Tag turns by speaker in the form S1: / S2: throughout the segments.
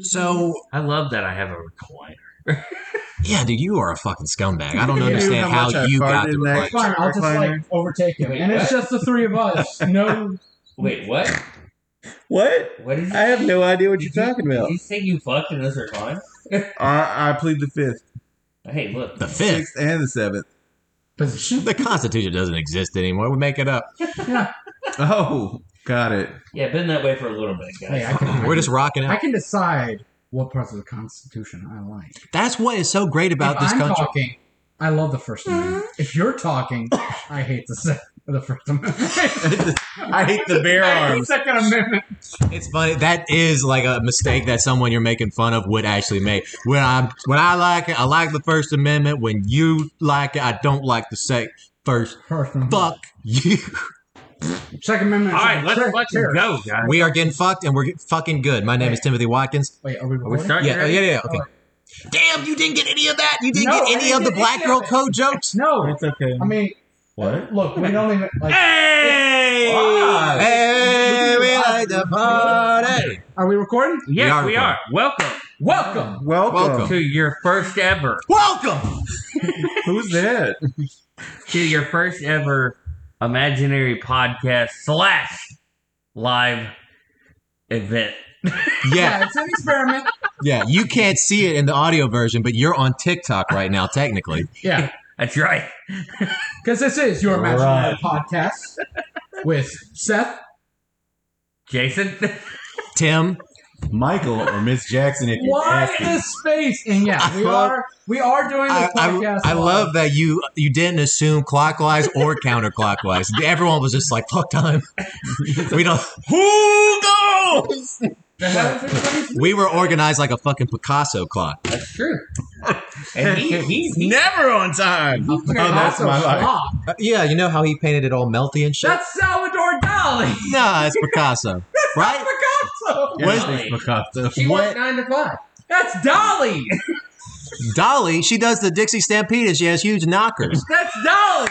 S1: So
S2: I love that I have a recliner.
S3: Yeah, dude, you are a fucking scumbag. I don't
S4: You knew
S3: understand
S4: how
S3: how,
S4: much I
S3: you
S4: farted
S3: got the
S4: in
S3: recliner.
S4: that
S5: Fine, I'll just like overtake him, and it's just the three of us. No,
S2: Wait, what?
S4: What?
S2: What is?
S4: I have no idea what you're talking
S2: Did
S4: about.
S2: you say you fucked in this recliner?
S4: I, I plead the fifth,
S2: Hey, look.
S3: The fifth.
S4: sixth, and the seventh.
S5: position.
S3: The Constitution doesn't exist anymore. We make it up.
S4: Oh, got it.
S2: Yeah, been that way for a little bit, guys.
S5: Hey, I can,
S3: We're just rocking
S5: I
S3: out.
S5: can decide what parts of the Constitution I like.
S3: That's what is so great about
S5: if
S3: this
S5: I'm
S3: country. Mm-hmm.
S5: talking, I love the First Amendment. If you're talking, I hate the Second, the First Amendment.
S4: I hate the bare
S5: I hate
S4: arms.
S5: Second Amendment.
S3: It's funny. That is like a mistake that someone you're making fun of would actually make. When I'm when I like it, I like the First Amendment. When you like it, I don't like the sec first.
S5: First Amendment.
S3: Fuck you.
S5: Second Amendment.
S2: All right, let's fucking
S5: Terror.
S2: go, guys.
S3: We are getting fucked, and we're get- fucking good. My name is Timothy Watkins.
S5: Wait, are we
S2: Are we
S5: recording?
S2: starting?
S3: Yeah, oh,
S2: already?
S3: yeah, yeah. Okay. Damn, you didn't get any of that. You didn't
S5: No, I
S3: get any
S5: didn't
S3: of the
S5: get
S3: black
S5: any
S3: girl
S5: of it.
S3: code jokes.
S5: No,
S4: It's okay.
S5: I mean,
S4: What?
S5: look, we don't even like.
S2: Hey!
S4: Why?
S3: Hey, we like the party.
S5: Are we recording?
S3: We
S2: Yes,
S3: are
S2: we are. Welcome
S5: Welcome.
S4: Welcome.
S3: Welcome.
S2: to your first ever,
S3: Welcome.
S4: Who's that?
S2: to your first ever imaginary podcast slash live event.
S3: Yeah,
S5: it's an experiment.
S3: yeah. You can't see it in the audio version, but you're on TikTok right now, technically.
S5: Yeah,
S2: That's right.
S5: because this is your imaginary podcast with Seth.
S2: Jason,
S3: Tim,
S4: Michael or Miss Jackson if
S5: Why is space? And yeah, we are we are doing this
S3: I, I,
S5: podcast.
S3: I
S5: live.
S3: love that you you didn't assume clockwise or counterclockwise. Everyone was just like, "Fuck time." we don't. Who goes? We were organized like a fucking Picasso clock.
S2: that's true. And he, he's he,
S4: never on time.
S5: Oh,
S4: that's my life.
S3: Uh, yeah, you know how he painted it all melty and shit.
S5: That's Salvador Dali.
S3: nah, it's Picasso, right?
S5: Picasso.
S3: What-
S5: She
S3: What?
S5: worked nine to five. That's Dolly.
S3: Dolly, she does the Dixie Stampede and she has huge knockers.
S5: That's Dolly.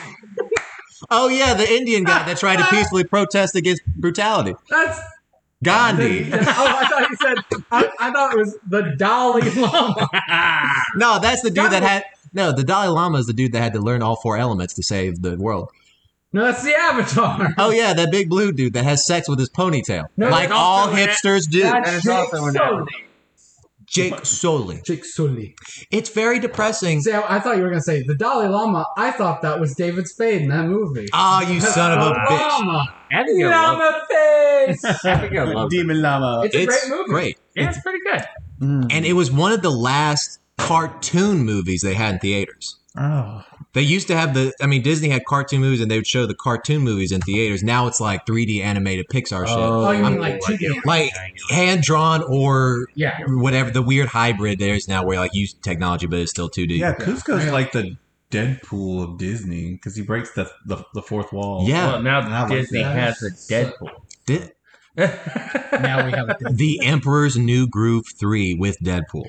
S3: Oh yeah, the Indian guy that tried to
S5: Uh-huh.
S3: peacefully protest against brutality.
S5: That's.
S3: Gandhi.
S5: that's- oh, I thought you said. I, I thought it was the Dolly Lama.
S3: No, that's the dude that
S5: Gandhi.
S3: had no. The Dalai Lama is the dude that had to learn all four elements to save the world.
S5: No, that's the Avatar.
S3: Oh yeah, that big blue dude that has sex with his ponytail,
S5: No,
S3: like
S2: that's
S3: all
S2: also an-
S3: hipsters do.
S5: That's
S2: And it's
S5: Jake
S2: also an
S5: Sully.
S3: Jake Soley.
S5: Jake Sully.
S3: It's very depressing.
S5: See, I, I thought you were gonna say the Dalai Lama. I thought that was David Spade in that movie.
S3: Ah, you son of a bitch!
S5: Lama.
S2: Abigail loves
S5: Llama face.
S2: Abigail loves it.
S4: Demon Llama. Mm.
S5: It's a
S3: It's
S5: great movie.
S3: great,
S2: Yeah, it's pretty good.
S3: and it was one of the last cartoon movies they had in theaters.
S4: Oh.
S3: They used to have the, I mean, Disney had cartoon movies, and they would show the cartoon movies in theaters. Now it's like 3D animated Pixar
S4: Oh.
S5: Oh, you mean
S3: I'm-
S5: like Chicken?
S3: shit, like hand drawn or
S5: Yeah.
S3: whatever the weird hybrid there is now, where like use technology, but it's still 2D.
S4: Yeah, Cusco's like the Deadpool of Disney because he breaks the, the the fourth wall.
S3: Yeah.
S2: Well, now
S4: I like
S2: Disney
S5: that.
S2: has a Deadpool.
S3: Di-
S5: Now we have a
S3: The Emperor's New Groove 3 with Deadpool.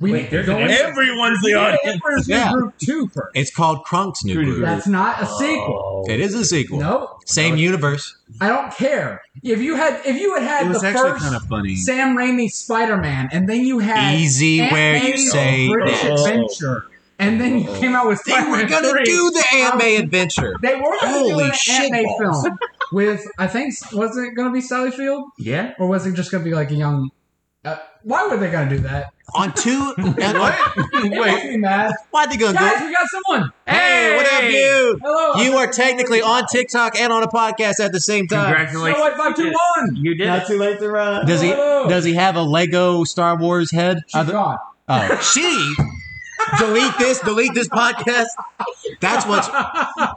S5: we
S2: Wait, there's
S5: go
S2: an
S5: into-
S4: Everyone's the
S5: Yeah,
S4: audience.
S5: Emperor's New
S3: Yeah.
S5: Groove two first.
S3: It's called Krunk's New Groove.
S5: That's not a
S3: Oh.
S5: sequel.
S3: It is a sequel.
S5: No,
S3: Same universe.
S5: I don't care. If you had, if you had
S4: It
S5: had the
S4: was actually
S5: first
S4: kind of funny.
S5: Sam Raimi Spider Man, and then you had
S3: Easy
S5: Aunt
S3: where you
S5: May's
S3: say
S5: British
S3: that.
S5: Adventure, and then you came out with
S3: They were
S5: Spider-Man
S3: going to
S5: 3.
S3: do the anime adventure.
S5: They were going to do
S3: Holy
S5: an
S3: shit
S5: anime
S3: balls.
S5: film with I think was it going to be Sally Field
S2: Yeah.
S5: or was it just going to be like a young? Uh, why were they going to do that?
S3: On two.
S5: Wait, me mad.
S3: Why'd they going to
S5: guys,
S3: go?
S5: we got someone.
S3: Hey, what up, dude?
S5: Hello.
S3: You are technically on TikTok and on a podcast at the same time.
S2: Congratulations.
S5: Snow White five two one.
S2: You did it.
S4: too late to run.
S3: Does he does he have a Lego Star Wars head?
S5: She's gone.
S3: Oh, she delete this, delete this podcast. That's what's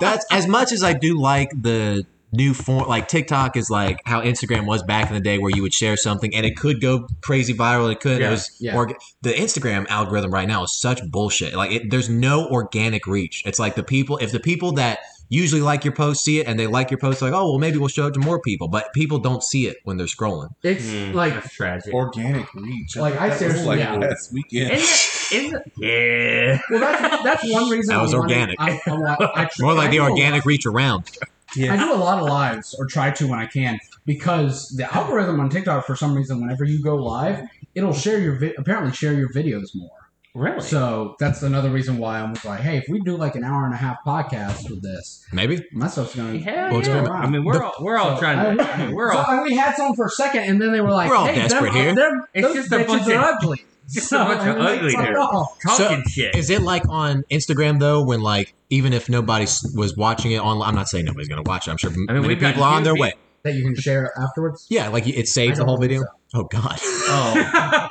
S3: that's as much as I do like the new form like TikTok is like how Instagram was back in the day where you would share something and it could go crazy viral it could
S2: Yeah,
S3: it was
S5: yeah.
S3: orga- the Instagram algorithm right now is such bullshit like it, there's no organic reach it's like the people if the people that usually like your post see it and they like your post like oh well maybe we'll show it to more people but people don't see it when they're scrolling
S5: It's
S2: Hmm,
S5: like
S2: that's tragic.
S4: Organic reach.
S5: Like,
S4: That
S5: I
S4: was
S5: seriously-
S4: like
S5: yeah.
S4: last weekend.
S2: Isn't it- isn't it- yeah.
S5: well, that's that's one reason
S3: That
S5: I
S3: was
S5: wanted-
S3: organic.
S5: I, I, want- I,
S3: more like the
S5: I do a
S3: organic reach around
S5: I do a lot of lives, or try to when I can. because the algorithm on TikTok for some reason, whenever you go live, it'll share your vi- apparently share your videos more.
S2: Really?
S5: So that's another reason why I'm like, hey, if we do like an hour and a half podcast with this,
S3: Maybe.
S5: my stuff's gonna.
S2: Hell
S3: Well, it's
S2: yeah.
S3: been-
S2: I mean, we're all, we're all
S5: So,
S2: trying to.
S5: I-
S2: I mean, we're
S5: so,
S2: all.
S5: and we had some for a second, and then they were like,
S3: We're all
S5: hey, them-
S3: desperate here.
S5: them-
S2: It's
S5: those
S2: just a
S5: bitches
S2: bunch of-
S5: are ugly.
S2: just a bunch of
S5: I'm like,
S2: ugly
S5: fuck
S2: here.
S5: off.
S2: Talking shit.
S3: Is it like on Instagram though, when like even if nobody s- was watching it online, I'm not saying nobody's gonna watch it. I'm sure
S2: I mean,
S3: many
S2: we've got
S3: people are on
S2: new
S3: their
S2: people.
S3: way.
S5: That you can share afterwards.
S3: Yeah, like it
S5: I
S3: saves the
S5: don't
S3: whole
S5: think
S3: video.
S5: so.
S3: Oh God.
S4: Oh,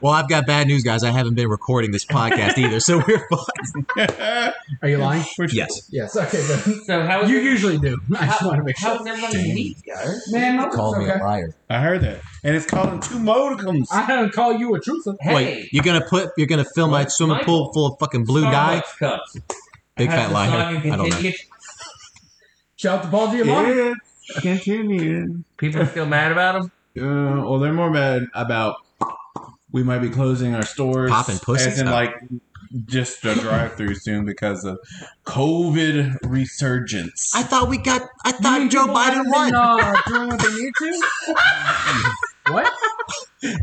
S3: Well, I've got bad news, guys. I haven't been recording this podcast either, so we're fucked.
S5: Are you lying?
S3: Yes.
S5: Yes. Okay. Good.
S2: So how is
S5: You
S2: it-
S5: usually do. I just want to make sure.
S2: how's everybody's
S4: Damn.
S2: week, guys?
S5: Man, no,
S3: Call
S5: it's
S3: me
S5: okay.
S3: a liar.
S4: I heard that, and it's calling two modicums.
S5: I don't call you a truther.
S2: Hey,
S3: Wait, you're gonna put you're gonna fill my
S2: What?
S3: swimming pool
S2: Michael.
S3: full of fucking blue
S2: Starbucks
S3: dye?
S2: cups.
S3: Big
S2: Has
S3: fat
S2: the
S3: liar.
S2: saga
S3: I don't know.
S2: continued?
S5: Shout out to Paul Giamatti.
S4: Continue.
S2: People are still mad about them.
S4: Uh, well, they're more mad about we might be closing our stores,
S3: Popping pussies?
S4: as in
S3: Oh.
S4: like just a drive-through soon because of COVID resurgence.
S3: I thought we got. I
S5: You mean
S3: thought Joe
S5: people
S3: Biden
S5: haven't
S3: won.
S5: been, uh, doing what they need to. what?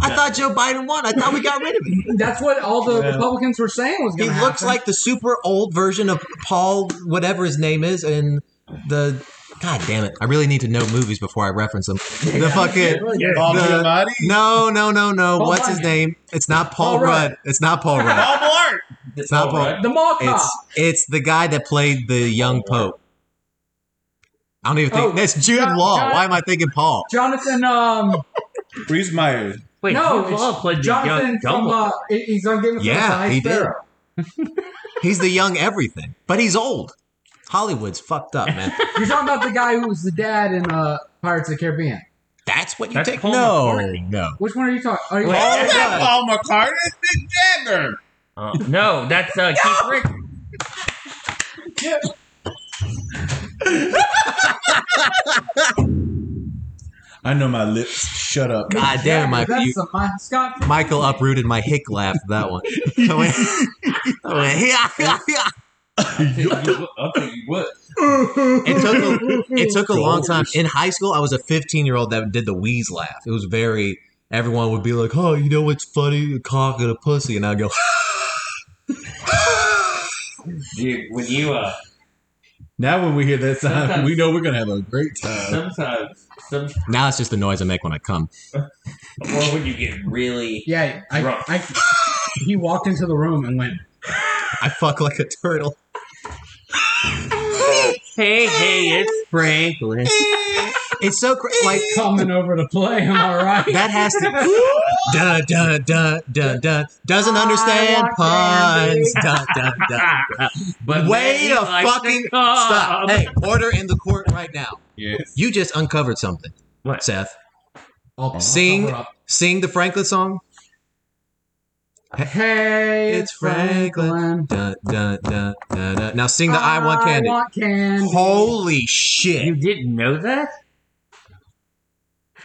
S3: I thought Joe Biden won. I thought we got rid of him.
S5: That's what all the
S4: Yeah.
S5: Republicans were saying was
S3: He
S5: going to happen.
S3: looks like the super old version of Paul, whatever his name is, and the. God damn it! I really need to know movies before I reference them. The fucking.
S4: Paul
S3: the-
S4: Giamatti?
S3: No, no, no, no.
S5: Paul
S3: What's his
S5: Rudd.
S3: name? It's not Paul,
S5: Paul Rudd.
S3: Rudd. It's not Paul Rudd.
S4: Paul Blart.
S3: It's not Paul.
S5: the mall cop.
S3: It's it's the guy that played the young Pope. I don't even think
S5: Oh,
S3: that's Jude
S5: John-
S3: Law.
S5: John-
S3: Why am I thinking Paul?
S5: Jonathan, um,
S4: Reese Myers.
S2: Wait,
S5: no,
S2: Jude
S5: it's
S2: Law played the
S5: Jonathan
S2: young
S5: from,
S2: Dumbledore.
S5: uh, he- he's on Game of Thrones.
S3: Yeah,
S5: the High
S3: he did.
S5: Sparrow.
S3: He's the young everything, but he's old. Hollywood's fucked up, man.
S5: You're talking about the guy who was the dad in uh, Pirates of the Caribbean.
S3: That's what you
S2: That's
S3: take.
S2: Paul
S3: No,
S2: McCartney.
S3: no.
S5: Which one are you talking? Are you,
S2: Wait.
S4: Oh,
S3: Paul
S4: yeah.
S3: Rudd.
S4: Paul McCartney, Mick Jagger.
S2: Uh, no, that's uh, Keith Richards.
S4: I know my lips. Shut up.
S3: God damn, Michael.
S5: That's
S3: You,
S5: the Mike Scott.
S3: Michael uprooted my hick laugh. for That one. I went- I went, "Yeah, yeah, yeah."
S4: I'll tell you what.
S3: It took a, it took a long time. In high school, I was a 15 year old that did the wheeze laugh. It was very. Everyone would be like, "Oh, you know what's funny? A cock and a pussy," and I go,
S2: Dude, when you uh,
S4: Now when we hear that sound, we know we're gonna have a great time.
S2: sometimes, some,
S3: Now it's just the noise I make when I come.
S2: or when you get really,
S5: Yeah, I,
S2: Rough.
S5: I, he walked into the room and went,
S3: I fuck like a turtle.
S2: hey, hey, it's
S3: Franklin. It's so cra- like
S5: coming over to play. Am I right?
S3: that has to dun dun dun dun dun doesn't
S5: I
S3: understand
S5: want
S3: puns. Dun, dun, dun.
S2: but
S3: Way
S2: maybe
S3: to
S2: like the
S3: fucking
S2: cob.
S3: stop! Hey, order in the court right now.
S4: Yes.
S3: You just uncovered something,
S2: What?
S3: Seth.
S5: I'll
S3: Sing.
S5: cover up.
S3: Sing the Franklin song.
S5: Hey,
S3: It's Franklin. Dun, dun, dun, dun, dun. Now sing the I, want candy.
S5: I want candy.
S3: Holy shit!
S2: You didn't know that?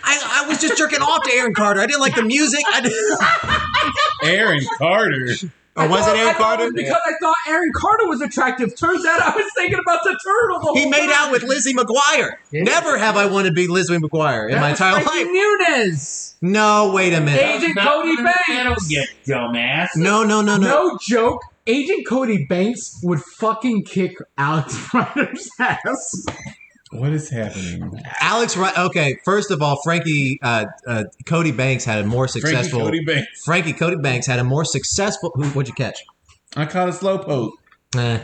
S3: I, I was just jerking off to Aaron Carter. I didn't like the music. I didn't-
S4: Aaron Carter.
S3: or Oh, was
S5: I
S3: it
S5: thought- I
S3: Aaron
S5: thought
S3: Carter?
S5: was because I thought Aaron Carter was attractive. Turns out I was thinking about the turtle. The
S3: He
S5: whole
S3: made
S5: time.
S3: out with Lizzie McGuire. Never have I wanted to be Lizzie McGuire in
S5: That
S3: my
S5: was
S3: entire
S5: Frankie
S3: life.
S5: Muniz.
S3: No, wait a minute.
S5: Agent
S2: Not
S5: Cody
S2: in the middle,
S5: Banks.
S2: You dumbass.
S3: No, no, no, no.
S5: No joke. Agent Cody Banks would fucking kick Alex Ryder's ass.
S4: What is happening?
S3: Alex, right? Okay, first of all, Frankie uh, uh, Cody Banks had a more
S4: Frankie
S3: successful.
S4: Cody Banks.
S3: Frankie Cody Banks had a more successful. Who, what'd you catch?
S4: I caught a slowpoke.
S3: Eh.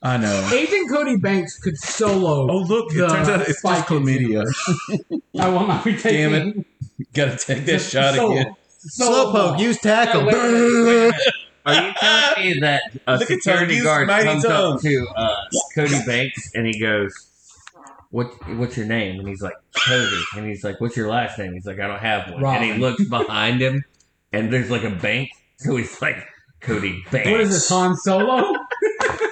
S4: I know.
S5: Agent Cody Banks could solo.
S4: Oh look, it
S5: The
S4: turns out it's just
S5: spike is-
S4: chlamydia.
S5: I will not be taking
S4: Damn it. Gotta take that
S5: Just
S4: shot
S5: solo.
S4: again.
S5: Solo.
S3: Slowpoke, use tackle.
S2: No, wait, wait, wait, wait. Are you telling me that a
S4: Look at
S2: security
S4: Tony's
S2: guard
S4: mighty
S2: comes
S4: tongue.
S2: up to uh, Cody Banks and he goes, "What? What's your name?" And he's like, "Cody." And he's like, "What's your last name?" He's like, "I don't have one." And
S5: Robin.
S2: he looks behind him, and there's like a bank. So he's like, "Cody Banks."
S5: What is this, Han Solo?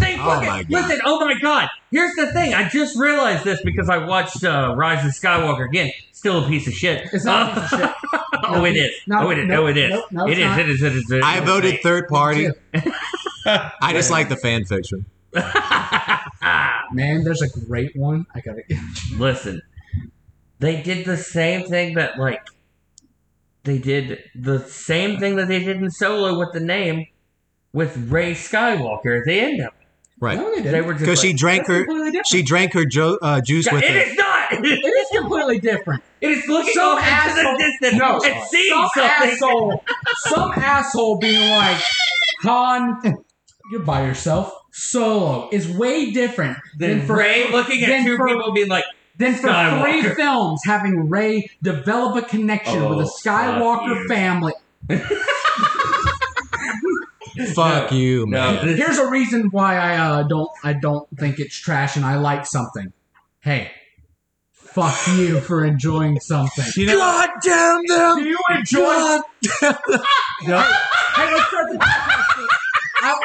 S2: They
S3: Oh
S2: fucking,
S3: my God.
S2: Listen, oh my god. Here's the thing. I just realized this because I watched uh, Rise of Skywalker again. Still a piece of shit.
S5: It's not a piece of shit.
S2: Uh, oh, it is.
S5: No,
S2: oh, it is.
S5: no,
S2: oh, it is.
S5: no, no,
S2: it
S5: it's
S2: is.
S5: not.
S2: It is. It is. It is.
S3: I voted third party.
S5: Me
S3: I just like the fan fiction.
S2: third.
S5: Man, there's a great one. I gotta.
S2: Listen, they did the same thing that like they did the same thing that they did in Solo with the name with Ray Skywalker at the end of it.
S3: Right.
S5: No, they didn't.
S2: They were just
S3: Because she
S2: like,
S3: drank
S5: That's
S3: her
S5: completely different.
S3: she drank her jo- uh, juice
S2: "Yeah,
S3: with
S2: it
S3: it.
S2: is not.
S5: It
S2: It
S5: is completely different.
S2: is looking off
S5: Some
S2: into
S5: asshole-
S2: the distance
S5: No,
S2: and seeing
S5: some
S2: something.
S5: asshole, some asshole being like, Han, you're by yourself. Solo is way different
S2: Then
S5: than for
S2: Ray looking at
S5: then
S2: two
S5: for-
S2: people being like,
S5: than for
S2: Skywalker.
S5: three films having Ray develop a connection
S4: Oh,
S5: with the Skywalker
S4: fuck you.
S5: family.
S3: Fuck
S2: No.
S3: you, man.
S2: "No, this,
S5: Here's a reason why I uh, don't I don't think it's trash and I like something. Hey, fuck you for enjoying something.
S3: You know, God damn
S5: Do
S3: them!
S5: you enjoy?
S3: God
S5: Hey, let's start the podcast. I,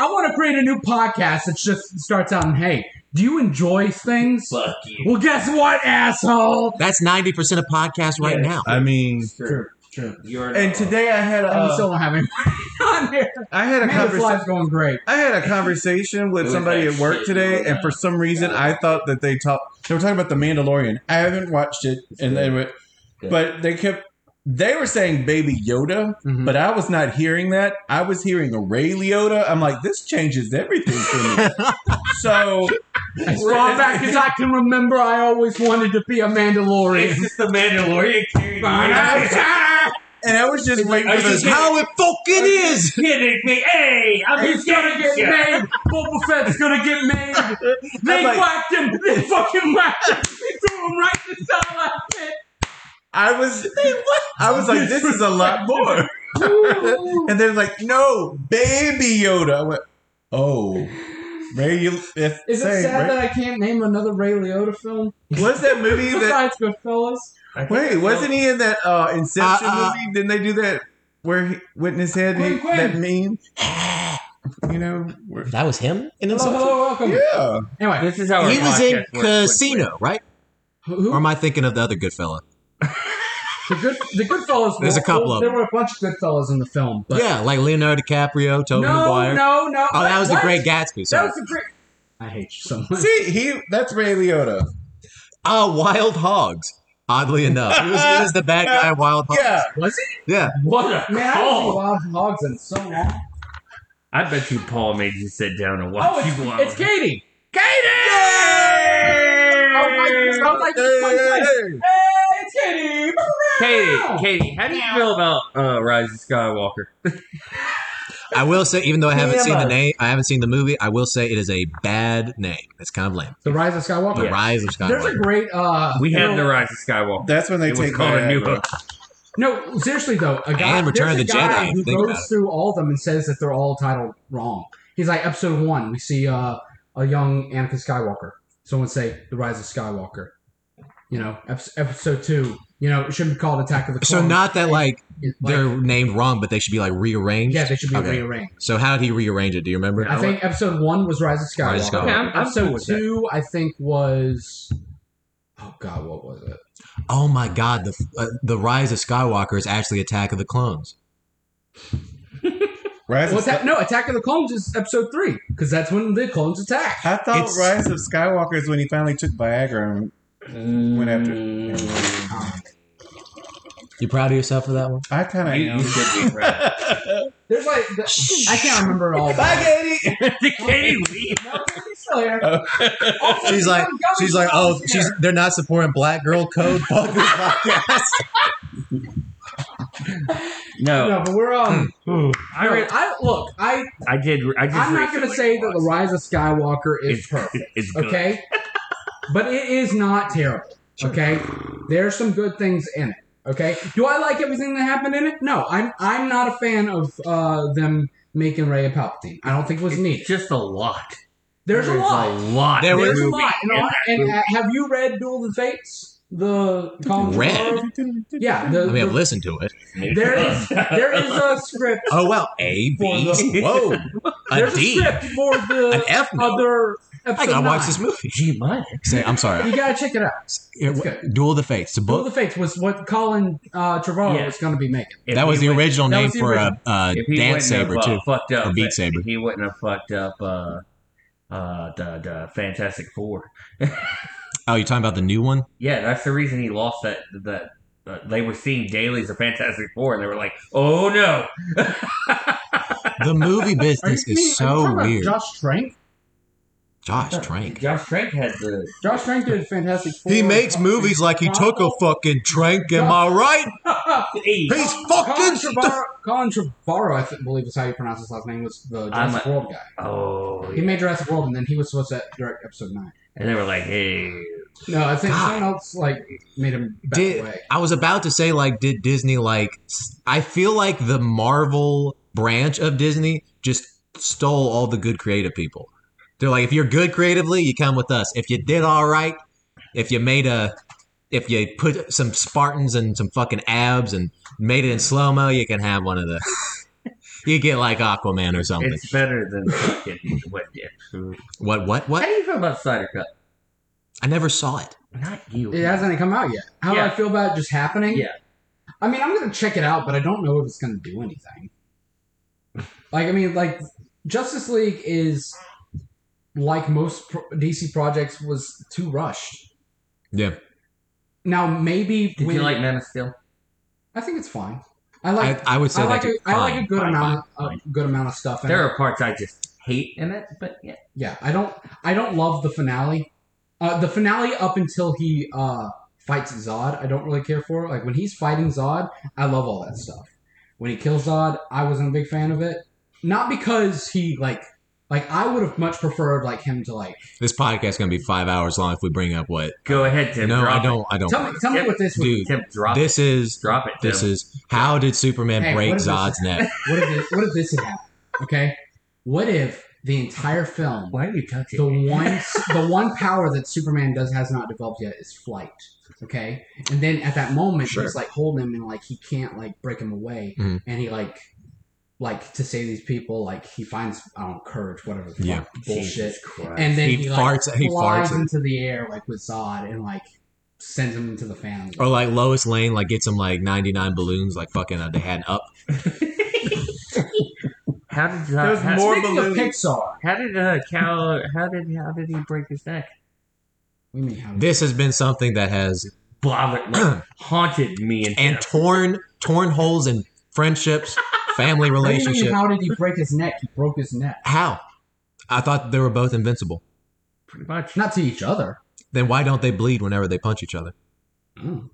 S5: I want to create a new podcast that just starts out and hey, do you enjoy things?
S2: fuck you."
S5: Well, guess what, asshole?
S3: That's ninety percent of podcasts right
S2: Yes.
S3: now.
S4: I mean,
S5: True, true.
S2: You're
S4: and today I had a,
S5: And we
S4: uh,
S5: still don't have anyone on here.
S4: I had a
S5: Man, this
S4: conversation.
S5: life's going great.
S4: I had a conversation with
S2: It was
S4: somebody
S2: that
S4: at work
S2: shit
S4: today,
S2: going
S4: and
S2: on.
S4: for some reason, I thought that they talked. They were talking about the Mandalorian. I haven't watched it, and they were,
S2: Good.
S4: but they kept. They were saying Baby Yoda,
S2: Mm-hmm.
S5: Mhm.
S4: but I was not hearing that. I was hearing Ray Liotta. I'm like, this changes everything for me. so
S5: As far back as I can remember, I always wanted to be a
S2: it's
S5: Mandalorian.
S2: just the Mandalorian carrying me.
S4: And I was just waiting for
S2: I
S4: this.
S3: This is how it fucking is.
S2: Kidding me? Hey, I'm
S5: He's
S2: just gonna
S5: gonna get
S2: get
S5: made. Boba Fett's gonna get made. They
S4: I'm like-
S5: whacked him. They fucking whacked him. They threw him right in the satellite pit.
S4: I was, I was like, this is a lot more.
S5: Ooh.
S4: And they're like, no, Baby Yoda. I went, oh, Ray. You, if,
S5: Is it
S4: say,
S5: sad
S4: Ray-
S5: that I can't name another Ray Liotta film
S4: What's that movie that?
S5: besides Goodfellas?
S4: Wait, wasn't he in that uh, Inception
S3: Uh, uh,
S4: movie? Didn't they do that where he, with his head he,
S5: Quinn, Quinn.
S4: that mean? You know, where-
S3: That was him in
S5: Hello, hello, welcome.
S4: yeah.
S5: Anyway,
S2: This is how
S3: He
S2: our
S3: was in
S2: podcast works.
S3: Casino, right?
S5: who, who-
S3: Or am I thinking of the other good fella?
S5: the good the Goodfellas.
S3: There's a
S5: were-
S3: couple of
S5: There were a bunch of Goodfellas in the film, but
S3: yeah, like Leonardo DiCaprio,
S5: no,
S3: Tobey
S5: no,
S3: Maguire.
S5: no,
S3: oh, that was the
S5: What?
S3: Great Gatsby.
S5: That
S3: Sorry.
S5: was the great. I hate you so much.
S4: See, he that's Ray Liotta.
S3: Ah, Wild Hogs. Oddly enough, he was, he was the bad guy. in Wild Hogs.
S4: Yeah,
S5: Was he?
S3: Yeah.
S2: What a
S5: Man, I haven't seen
S2: call!
S5: Wild Hogs in so long.
S2: I bet you Paul made you sit down and watch
S5: Oh,
S2: you
S5: it's,
S2: wild.
S5: it's Katie.
S2: Katie!
S5: Oh, my- oh, my-
S4: Hey, hey,
S5: Hey, it's Katie.
S2: Katie, Katie, how do you feel about uh, Rise of Skywalker?
S3: I will say, even though I haven't seen the
S4: Yeah.
S3: name, I haven't seen the movie. I will say it is a bad name. It's kind of lame.
S5: The Rise of Skywalker.
S3: The
S2: Yeah.
S3: Rise of
S5: There's a
S3: Skywalker.
S5: great. uh
S2: We
S5: you
S2: had
S5: know-
S2: the Rise of
S4: hey.
S2: Skywalker.
S4: That's when they
S2: It was
S4: take
S2: called
S4: my
S2: a new
S4: Adderall.
S2: hook.
S5: No, seriously though, a guy
S3: And Return of
S5: there's
S3: the
S5: a guy
S3: Jedi,
S5: who
S3: think
S5: goes
S3: about it.
S5: through all of them and says that they're all titled wrong. He's like episode one, we see uh, a young Anakin Skywalker. Someone say the Rise of Skywalker. You know, ep- episode two. You know, it shouldn't be called Attack of the
S3: So
S5: Clones.
S3: not that like
S5: It's like-
S3: they're named wrong, but they should be like rearranged.
S5: yeah, they should be
S3: Okay.
S5: rearranged.
S3: So how did he rearrange it? Do you remember?
S5: I think episode one was Rise of Skywalker.
S3: Rise of Skywalker.
S2: Okay, I'm- I'm
S5: episode
S2: cool with that.
S5: two, I think was. Oh God, what was it?
S3: Oh my God! The uh, the Rise of Skywalker is actually Attack of the Clones.
S4: Rise
S5: Well,
S4: of
S5: atta- no, Attack of the Clones is episode three because that's when the clones attack.
S4: I thought
S3: It's-
S4: Rise of Skywalker is when he finally took Viagra. And Went after-
S3: You proud of yourself for that one?
S4: I kind of
S2: You, you
S4: am.
S2: should be proud.
S5: There's like the, I can't remember it all. but-
S4: Bye, Katie.
S2: Did Katie leave?
S5: No, she's still here.
S4: Oh.
S3: She's like,
S5: Gummy
S3: she's like, oh,
S5: Gummies here.
S3: she's they're not supporting Black Girl Code. Fuck this podcast.
S2: No,
S5: No, but we're
S3: Hmm.
S5: um.
S2: I, re-
S5: I look, I
S2: I did. I just
S5: I'm not gonna
S2: recently
S5: say that the
S2: watched-
S5: Rise of Skywalker is
S2: It's-
S5: perfect,
S2: It's good.
S5: okay? but it is not terrible, okay? There's some good things in it, okay? Do I like everything that happened in it? No, I'm I'm not a fan of uh them making Ray a Palpatine. I don't think it was
S2: It's
S5: needed.
S2: just a lot.
S5: There's a lot.
S2: A lot.
S3: There
S5: There's
S3: was-
S5: a lot. And, I- and uh, have you read Duel of the Fates? The Colin
S3: Read?
S5: Trevorrow? Yeah, the,
S3: I mean, I've
S5: the-
S3: listened to it.
S5: there is there is a script
S3: Oh well, A B. Whoa, a
S5: There's
S3: D,
S5: a script for
S3: an
S5: the
S3: F. note.
S5: other episode.
S3: I gotta watch
S5: nine.
S3: this movie.
S2: Gee, my
S3: Say, I'm sorry.
S5: You gotta check it out.
S3: It-
S5: good.
S3: Duel of the Fates, the
S5: Duel of
S3: book.
S5: the Fates was what Colin uh, Trevorrow
S2: Yeah.
S5: was gonna be making.
S2: If
S3: that was
S2: he
S3: the
S2: went-
S3: original
S2: that
S3: name
S2: was the
S3: for a
S2: original.
S3: uh,
S2: If he
S3: dance
S2: wouldn't
S3: saber
S2: have, uh,
S3: too.
S2: Fucked up.
S3: Or Beat
S2: if
S3: Saber.
S2: He wouldn't have fucked up. Uh, uh, the the Fantastic Four.
S3: Oh, you're talking about the new one?
S2: Yeah, that's the reason he lost that that. Uh, they were seeing dailies of Fantastic Four, and they were like, "Oh no!"
S3: The movie
S5: Are you
S3: business
S5: kidding me?
S3: is
S5: Are
S3: so
S5: you talking about
S3: weird.
S5: Josh Trank.
S3: Josh Trank.
S2: Josh Trank had the
S5: Josh Trank did Fantastic Four.
S3: He makes movies like he took a fucking drink, am I right?
S2: Hey,
S3: He's
S5: Colin
S3: fucking
S5: Trevorrow, Colin Trevorrow, I th- believe is how you pronounce his last name, was the Jurassic World guy.
S2: Oh,
S5: He made Jurassic World, and then he was supposed to direct Episode Nine.
S2: and they were like, "Hey,
S5: No, I think
S3: God.
S5: someone else like made him back
S3: did
S5: away.
S3: I was about to say like did Disney like s- I feel like the Marvel branch of Disney just stole all the good creative people. They're like if you're good creatively, you come with us. If you did all right, if you made a if you put some Spartans and some fucking abs and made it in slow mo, you can have one of the you get like Aquaman or something.
S2: it's better than fucking what?" Yeah.
S3: what what
S2: How do
S3: what?
S2: you feel about Snyder Cut?
S3: I never saw it.
S2: Not you.
S5: It hasn't come out yet. How do
S2: Yeah.
S5: I feel about it just happening?
S2: Yeah.
S5: I mean, I'm gonna check it out, but I don't know if it's gonna do anything. Like, I mean, like Justice League is like most pro- DC projects was too rushed.
S3: Yeah.
S5: Now maybe
S2: Did
S5: when-
S2: you like Man of Steel?
S5: I think it's fine. I
S3: I,
S5: like.
S3: I would
S5: I,
S3: say
S5: like.
S3: that
S5: A, I like a good amount.
S2: fine,
S5: a good amount of stuff. In
S2: There
S5: it.
S2: are parts I just hate in it, but yeah.
S5: Yeah, I don't. I don't love the finale. Uh, the finale up until he uh, fights Zod, I don't really care for. Like when he's fighting Zod, I love all that stuff. When he kills Zod, I wasn't a big fan of it. Not because he like. Like I would have much preferred like him to like
S3: this podcast is gonna be five hours long if we bring up what
S2: Go ahead, Tim.
S3: No,
S2: drop
S3: I don't I don't
S5: tell me tell me what this
S3: dude.
S2: It. Tim, drop
S3: this
S2: it.
S3: is
S2: Drop it. Tim.
S3: this is how did Superman
S5: Hey,
S3: break
S5: what is this?
S3: Zod's neck?
S5: what if this, what if this had happened? Okay, what if the entire film
S2: Why are you touching?
S5: the
S2: me?
S5: one the one power that Superman does has not developed yet is flight. Okay, and then at that moment
S3: Sure.
S5: he's like holding him and like he can't like break him away,
S3: Mhm.
S5: and he like like to save these people like he finds I don't know, courage whatever the
S3: Yeah.
S5: fuck bullshit,
S2: Jesus Christ.
S5: and then
S3: He
S5: he, like,
S3: farts- he
S5: flies
S3: farts it.
S5: into the air like with Zod and like sends him into the family.
S3: Or like Lois Lane like gets him like ninety nine balloons like fucking uh, they had up.
S2: how did
S4: There's
S2: Zod, how,
S4: more-
S5: Speaking of
S4: balloons.
S5: Pixar,
S2: how did uh, Cal? How did how did he break his neck?
S5: we mean how
S3: This has been something that has
S2: Bothered, like, haunted me and,
S3: and torn torn holes in friendships, family
S5: What do you mean,
S3: relationship.
S5: How did he break his neck? He broke his neck,
S3: How? I thought they were both invincible.
S2: pretty much.
S5: not to each other.
S3: Then why don't they bleed whenever they punch each other?
S5: Mm.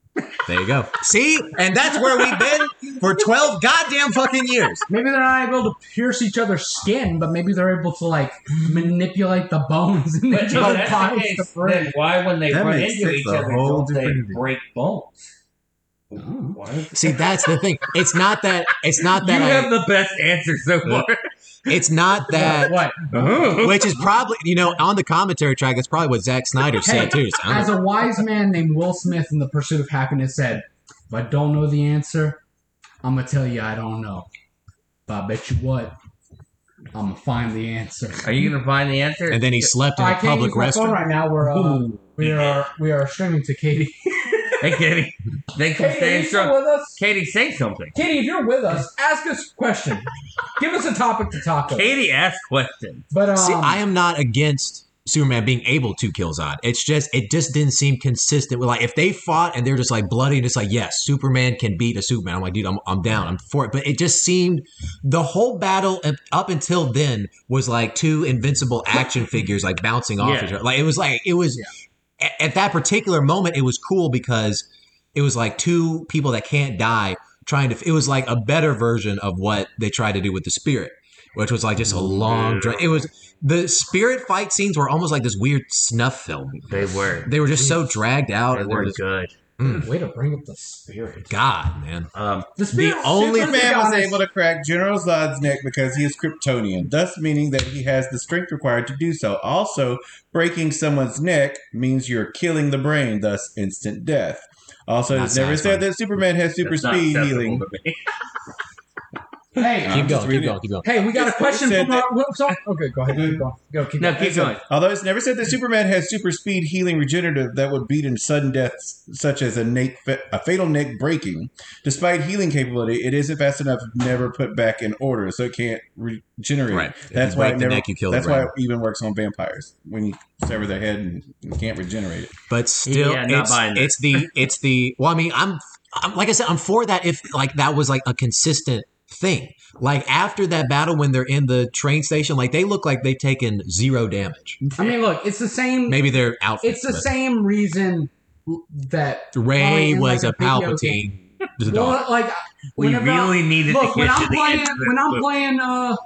S3: There you go. See? And that's where we've been for 12 goddamn fucking years.
S5: Maybe they're not able to pierce each other's skin, but maybe they're able to like manipulate the bones in
S2: But
S5: each
S2: if
S5: other's
S2: that's the
S5: bodies to
S2: case,
S5: break.
S2: then why when they
S4: That
S2: run
S4: makes
S2: into
S4: sense,
S2: each
S4: a
S2: other
S4: whole
S2: don't they
S4: different-
S2: break bones?
S5: Oh.
S2: Why is-
S3: See, that's the thing. It's not that it's not that
S2: you
S3: I,
S2: have the best answer so far.
S3: it's not that
S5: What?
S3: which is probably you know on the commentary track that's probably what Zack Snyder said too. So I
S5: As
S3: don't-
S5: a wise man named Will Smith in The Pursuit of Happiness said, "If I don't know the answer, I'm gonna tell you I don't know. But I bet you what, I'm gonna find the answer."
S2: Are you gonna find the answer?
S3: and then he slept in
S5: I
S3: a
S5: can't
S3: public
S5: use my phone
S3: restroom.
S5: right now. We're uh, we are we are streaming to Katie.
S2: hey, Katie, thanks for
S5: Katie, are
S2: staying
S5: you still
S2: strong.
S5: with us?
S2: Katie, say something.
S5: Katie, if you're with us, ask us a question. Give us a topic to talk about.
S2: Katie asked questions.
S5: But um,
S3: See, I am not against Superman being able to kill Zod. It's just it just didn't seem consistent with like if they fought and they're just like bloody and it's like yes, Superman can beat a Superman. I'm like dude, I'm I'm down, I'm for it. But it just seemed the whole battle up- up until then was like two invincible action figures like bouncing off
S2: Yeah.
S3: each other. Like it was like it was a- at that particular moment it was cool because it was like two people that can't die trying to it was like a better version of what they tried to do with the spirit which was like just a long dra- it was the spirit fight scenes were almost like this weird snuff film
S2: They were.
S3: they were just so dragged out
S2: They
S3: and they were
S2: were
S3: just
S2: good.
S5: way to bring up the spirit.
S3: god man
S2: Um,
S5: The spirit
S3: The only
S4: Superman was able
S5: able
S4: to crack General Zod's neck because he is Kryptonian, thus meaning that he has the strength required to do so. Also, breaking someone's neck means you're killing the brain, thus instant death. Also,
S3: Not
S4: it's never
S3: satisfying.
S4: said that Superman has super
S2: that's not
S4: speed
S2: acceptable
S4: healing.
S2: to me.
S4: Hey, I'm
S3: Keep
S4: just
S3: going, keep
S4: reading
S3: going, keep going.
S5: Hey, we got a question
S4: said
S5: from our. whoops, sorry. Okay, go ahead. Keep going. Go, keep
S2: No,
S5: going.
S2: keep going.
S4: Although it's never said that Superman has super speed, healing, regenerative that would beat in sudden deaths such as a, neck, a fatal neck breaking. Despite healing capability, it isn't fast enough never put back in order, so it can't regenerate.
S3: Right. If
S4: That's
S3: you
S4: why
S3: break
S4: it
S3: the
S4: never,
S3: neck, you kill the
S4: That's why
S3: brain.
S4: it even works on vampires when you sever their head and you can't regenerate it.
S3: But still,
S2: Yeah, not
S3: it's,
S2: buying that.
S3: it's the it's the. Well, I mean, I'm, I'm like I said, I'm for that if like that was like a consistent thing. Like after that battle, when they're in the train station, like they look like they've taken zero damage.
S5: I mean, look, it's the same.
S3: Maybe their outfits.
S5: It's the
S3: but
S5: same reason that. Probably
S3: Ray
S5: in,
S3: was
S5: like,
S3: a
S5: a video
S3: Palpatine. to the dog.
S5: Well, like
S2: We
S5: whenever I-
S2: really needed
S5: look
S2: to
S5: when
S2: get
S5: I'm
S2: to the
S5: playing
S2: end. of
S5: when
S2: this
S5: I'm
S2: book.
S5: playing uh,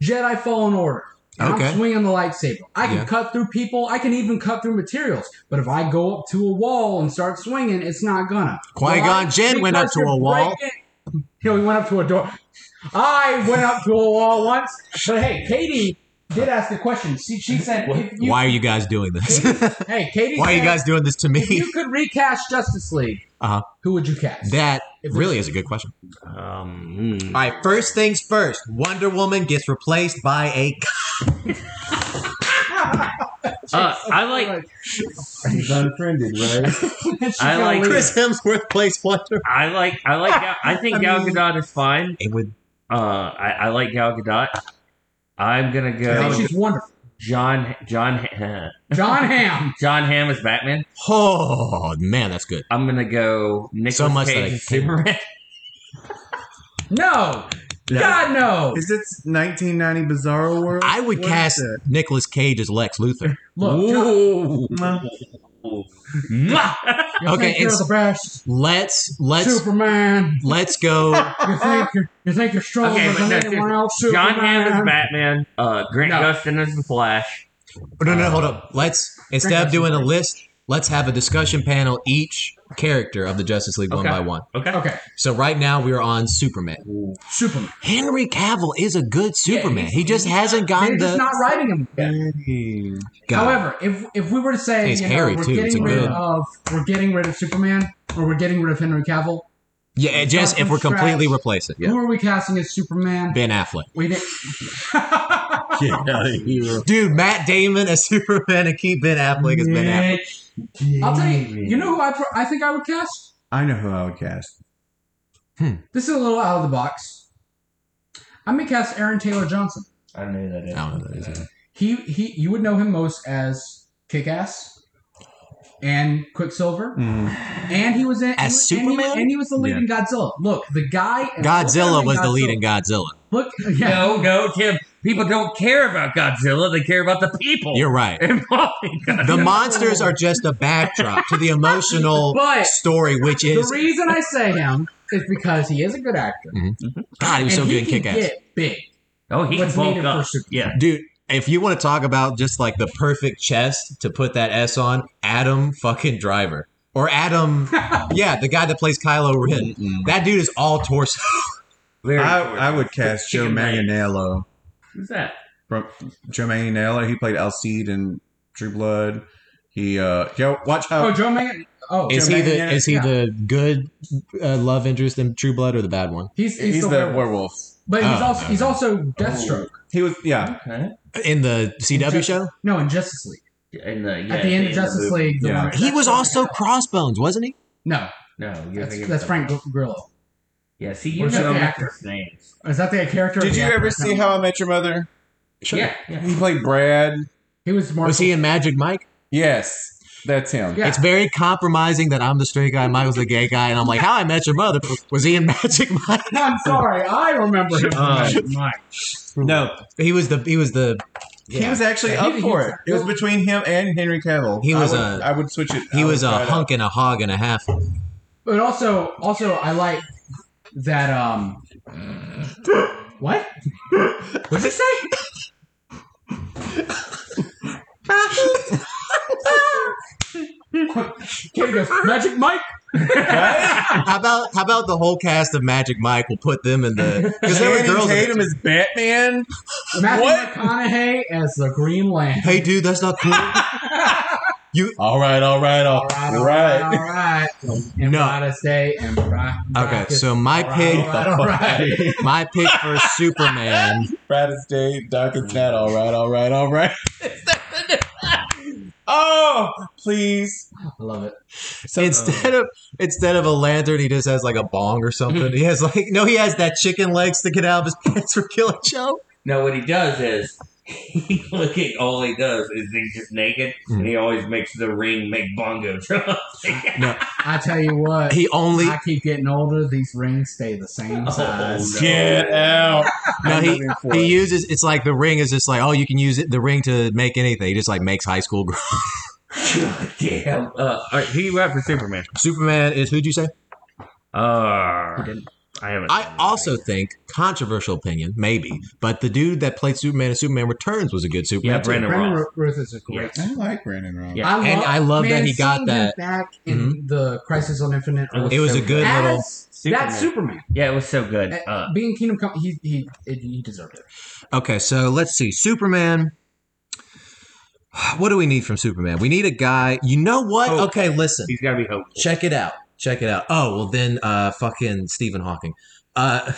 S5: Jedi Fallen Order. and
S3: Okay.
S5: I'm swinging the lightsaber. I can
S3: Yeah.
S5: cut through people. I can even cut through materials. But if I go up to a wall and start swinging, it's not gonna.
S3: Qui-Gon
S5: Why?
S3: Jinn went up
S5: Because
S3: to a
S5: you're
S3: wall.
S5: breaking- Yeah, we went up to a door. I went up to a wall once. But hey, Katie did ask the question. She, she said, if you,
S3: Why are you guys doing this?
S5: Hey, Katie.
S3: Why are you
S5: said,
S3: guys doing this to
S5: If
S3: me?
S5: you could recast Justice League,
S3: Uh-huh.
S5: who would you cast?
S3: That
S5: If it's-
S3: really is a good question.
S2: Um, mm.
S3: All right, first things first. Wonder Woman gets replaced by a cop.
S2: Uh, I like
S4: He's unfriended, right?
S5: She's
S2: I
S5: gonna
S2: like
S5: leave.
S3: Chris Hemsworth plays Wonder.
S2: I like I like Gal, I think
S3: I
S2: Gal
S3: mean-
S2: Gadot is fine.
S3: It would
S2: Uh, I, I like Gal Gadot. I'm gonna
S5: I
S2: go
S5: think she's wonderful.
S2: John John Ha-
S5: John Hamm.
S2: John Hamm as Batman.
S3: Oh man, that's good.
S2: I'm gonna go Nicholas
S3: So much that I
S2: Cage as
S3: can't-
S2: Superman.
S5: No.
S2: No.
S5: God no.
S4: Is this 1990 Bizarro World?
S3: I would
S4: What is
S3: cast
S4: that?
S3: Nicolas Cage as Lex Luthor.
S5: Look, John,
S2: Ooh.
S4: Well,
S2: Mwah!
S5: you
S3: Okay,
S5: think you're
S3: it's-
S5: the best
S3: Let's let's
S5: Superman.
S3: let's go.
S5: You think you're you think you're stronger
S2: Okay, but
S5: than
S2: no,
S5: anyone
S2: seriously.
S5: else?
S2: John
S5: Superman.
S2: Hamm is Batman. Uh, Grant
S5: No.
S2: Gustin is the Flash.
S3: Oh, No, no, no, hold up. Let's instead of doing a list, let's have a discussion panel each character of the Justice League one
S2: Okay.
S3: by one.
S2: Okay.
S5: Okay,
S3: So right now we are on Superman.
S5: Superman.
S3: Henry Cavill is a good Superman.
S5: he's-
S3: he just hasn't
S5: They're
S3: gotten
S5: just
S3: the.
S5: not writing him. yet.
S4: hey.
S3: God.
S5: However, if if we were to say
S3: He's
S5: you know,
S3: hairy,
S5: we're
S3: too. It's
S5: getting
S3: a
S5: rid
S3: good-
S5: of we're getting rid of Superman or we're getting rid of Henry Cavill,
S3: yeah, it just if we're
S5: Start from
S3: completely
S5: scratch.
S3: replacing, yeah,
S5: who are we casting as Superman?
S3: Ben Affleck.
S5: We didn't.
S4: Get out of here.
S3: Dude, Matt Damon as Superman and keep Ben Affleck as Ben Affleck.
S5: I'll tell you. You know who I pro- I think I would cast?
S4: I know who I would cast.
S5: This is a little out of the box. I'm gonna cast Aaron Taylor Johnson.
S2: I knew that.
S3: I don't know who that is.
S5: He he. You would know him most as Kick Ass and Quicksilver,
S4: Mm.
S5: and he was in
S3: As
S5: he was- and he was-
S3: Superman?
S5: and he was the lead in Godzilla. Look, the guy.
S3: Godzilla
S5: look at him
S3: was the lead
S5: Godzilla.
S3: in Godzilla.
S5: Look, yeah.
S2: No, no, Tim. People don't care about Godzilla. They care about the people.
S3: You're right.
S2: involved in Godzilla.
S3: The monsters are just a backdrop to the emotional
S5: But
S3: story, which
S5: the
S3: is
S5: reason I say him is because he is a good actor.
S3: God, he was so
S5: and
S3: good in
S5: he
S3: Kick
S5: can
S3: Ass.
S5: get big.
S2: Oh, he can
S5: What's
S2: bulk
S5: needed
S2: up.
S5: for Superman?
S2: Yeah.
S3: Dude, if you want to talk about just like the perfect chest to put that S on, Adam fucking Driver. Or Adam, yeah, the guy that plays Kylo Ren.
S4: Mm-mm.
S3: That dude is all torso.
S2: Very
S4: I,
S2: short.
S4: I would cast Joe
S2: Chicken legs.
S4: Manganiello.
S2: Who's that?
S4: From Joe Manganiello, he played Alcide in True Blood. He uh, yo, watch
S5: Oh,
S4: how
S5: Joe Mangan. Oh,
S3: Is
S4: Joe
S3: he the
S4: Manganiello,
S3: is he
S5: yeah.
S3: the good uh, love interest in True Blood or the bad one?
S5: he's
S4: he's, the werewolf.
S5: but he's
S3: Oh,
S5: also
S3: okay.
S5: he's also Deathstroke.
S4: He was yeah.
S2: Okay.
S3: In the CW
S5: Just-
S3: show,
S5: No, in Justice League.
S2: In the, yeah,
S5: At the end of Justice
S2: movie.
S5: League, the
S4: Yeah.
S5: one-
S3: he was
S5: Deathstroke-
S3: also Crossbones, wasn't he?
S5: no.
S2: No, you're
S5: That's,
S2: thinking
S5: that's
S2: of-
S5: Frank Gr- Grillo.
S2: Yeah, see, you
S5: Where's
S2: know the
S5: the actor?
S2: actors' names.
S5: Is that the character? or
S4: Did
S5: the
S4: you
S5: actor?
S4: ever see How I Met Your Mother?
S2: Yeah, yeah.
S4: He played Brad.
S5: He was Marshall.
S3: Was he in Magic Mike?
S4: Yes, that's him.
S5: Yeah.
S3: It's very compromising that I'm the straight guy, Michael's the gay guy, and I'm like, how I met your mother. Was he in Magic Mike?
S5: I'm sorry, I remember him.
S2: Uh,
S4: No,
S3: He was the he was the
S4: he
S3: yeah.
S4: was actually
S5: Yeah,
S4: up
S5: he-
S4: for it. It
S5: he-
S4: was between him and Henry Cavill.
S3: He was
S4: I would,
S3: a-
S4: I would switch it.
S3: He
S4: I would
S3: was a
S4: try it out.
S3: hunk and a hog and a half.
S5: But also, also, I like that. Um, what? What'd you say? Katie goes, Magic Mike.
S3: How about how about the whole cast of Magic Mike? We'll put them in the because there were
S4: Channing
S3: girls. in
S4: Tatum
S3: it.
S4: is Batman.
S5: Matthew
S4: What?
S5: McConaughey as the Green Lantern.
S3: Hey, dude, that's not cool. You
S4: All right, all right, all right.
S5: all right, all right. Embrada stay, Embrada.
S3: okay? So my
S5: All right,
S3: pick,
S5: all right, all right.
S3: my pick for Superman.
S4: Friday Day, Dark and Snat. All right, all right, all right. oh, please.
S5: I love it.
S3: instead of instead of a lantern, he just has like a bong or something. he has like no, he has that chicken leg sticking out of his pants for Killer Joe.
S2: No, what he does is, he looking, all he does is he's just naked, and he always makes the ring make bongo drums.
S5: I tell you what,
S3: He only
S5: I keep getting older. These rings stay the same
S2: Oh,
S5: size.
S2: no.
S4: Get out.
S3: no,
S4: I'm
S3: he,
S4: living for
S3: he
S4: it.
S3: uses it's like the ring is just like oh you can use it, the ring to make anything. He just like makes high school girls.
S2: Damn. Uh, all right, who you got for Superman?
S3: Superman is who'd you say?
S2: Uh, I haven't.
S3: I also think controversial opinion maybe, but the dude that played Superman in Superman Returns was a good Superman.
S2: Yeah,
S3: too.
S2: Brandon
S5: Brandon
S2: Roth.
S5: Ru- Ruth is a great.
S4: I like Brandon Roth.
S2: Yeah.
S3: And I love that he got
S5: seeing him
S3: that.
S5: back in the Crisis on Infinite Earths.
S3: Mm-hmm. It was a good
S5: as
S3: little.
S2: Superman.
S5: that Superman
S2: Yeah, it was so good. Uh,
S5: being Kingdom Come. He he it, he deserved it.
S3: Okay, so let's see. Superman. What do we need from Superman? We need a guy. You know what?
S2: Hope.
S3: Okay, listen.
S2: he's got to be hopeful.
S3: Check it out. Check it out. Oh well, then uh, fucking Stephen Hawking. Uh,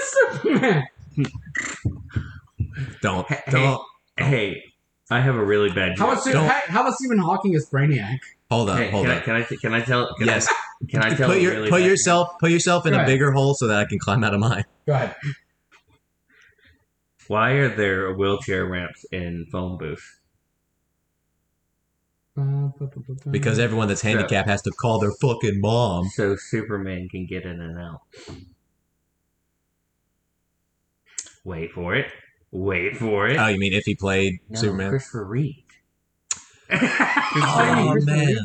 S5: Superman.
S3: don't
S2: Hey,
S3: don't
S2: Hey, I have a really bad.
S5: How
S2: joke.
S5: about Stephen,
S3: Don't-
S5: how, how about Stephen Hawking as Brainiac?
S3: hold up,
S2: Hey,
S3: hold
S2: can, I,
S3: up.
S2: can I can I tell? Can
S3: yes,
S2: I, can I tell?
S3: put
S2: a
S3: your
S2: really
S3: put
S2: bad-
S3: yourself put yourself in
S5: Go
S3: a
S5: ahead.
S3: bigger hole so that I can climb out of mine.
S5: Go ahead.
S2: Why are there wheelchair ramps in phone booths? Mm-hmm.
S3: Because everyone that's handicapped has to call their fucking mom.
S2: So Superman can get in and out. Wait for it. Wait for it.
S3: Oh, you mean if he played
S2: No,
S3: Superman?
S2: Christopher Reed.
S3: Oh man.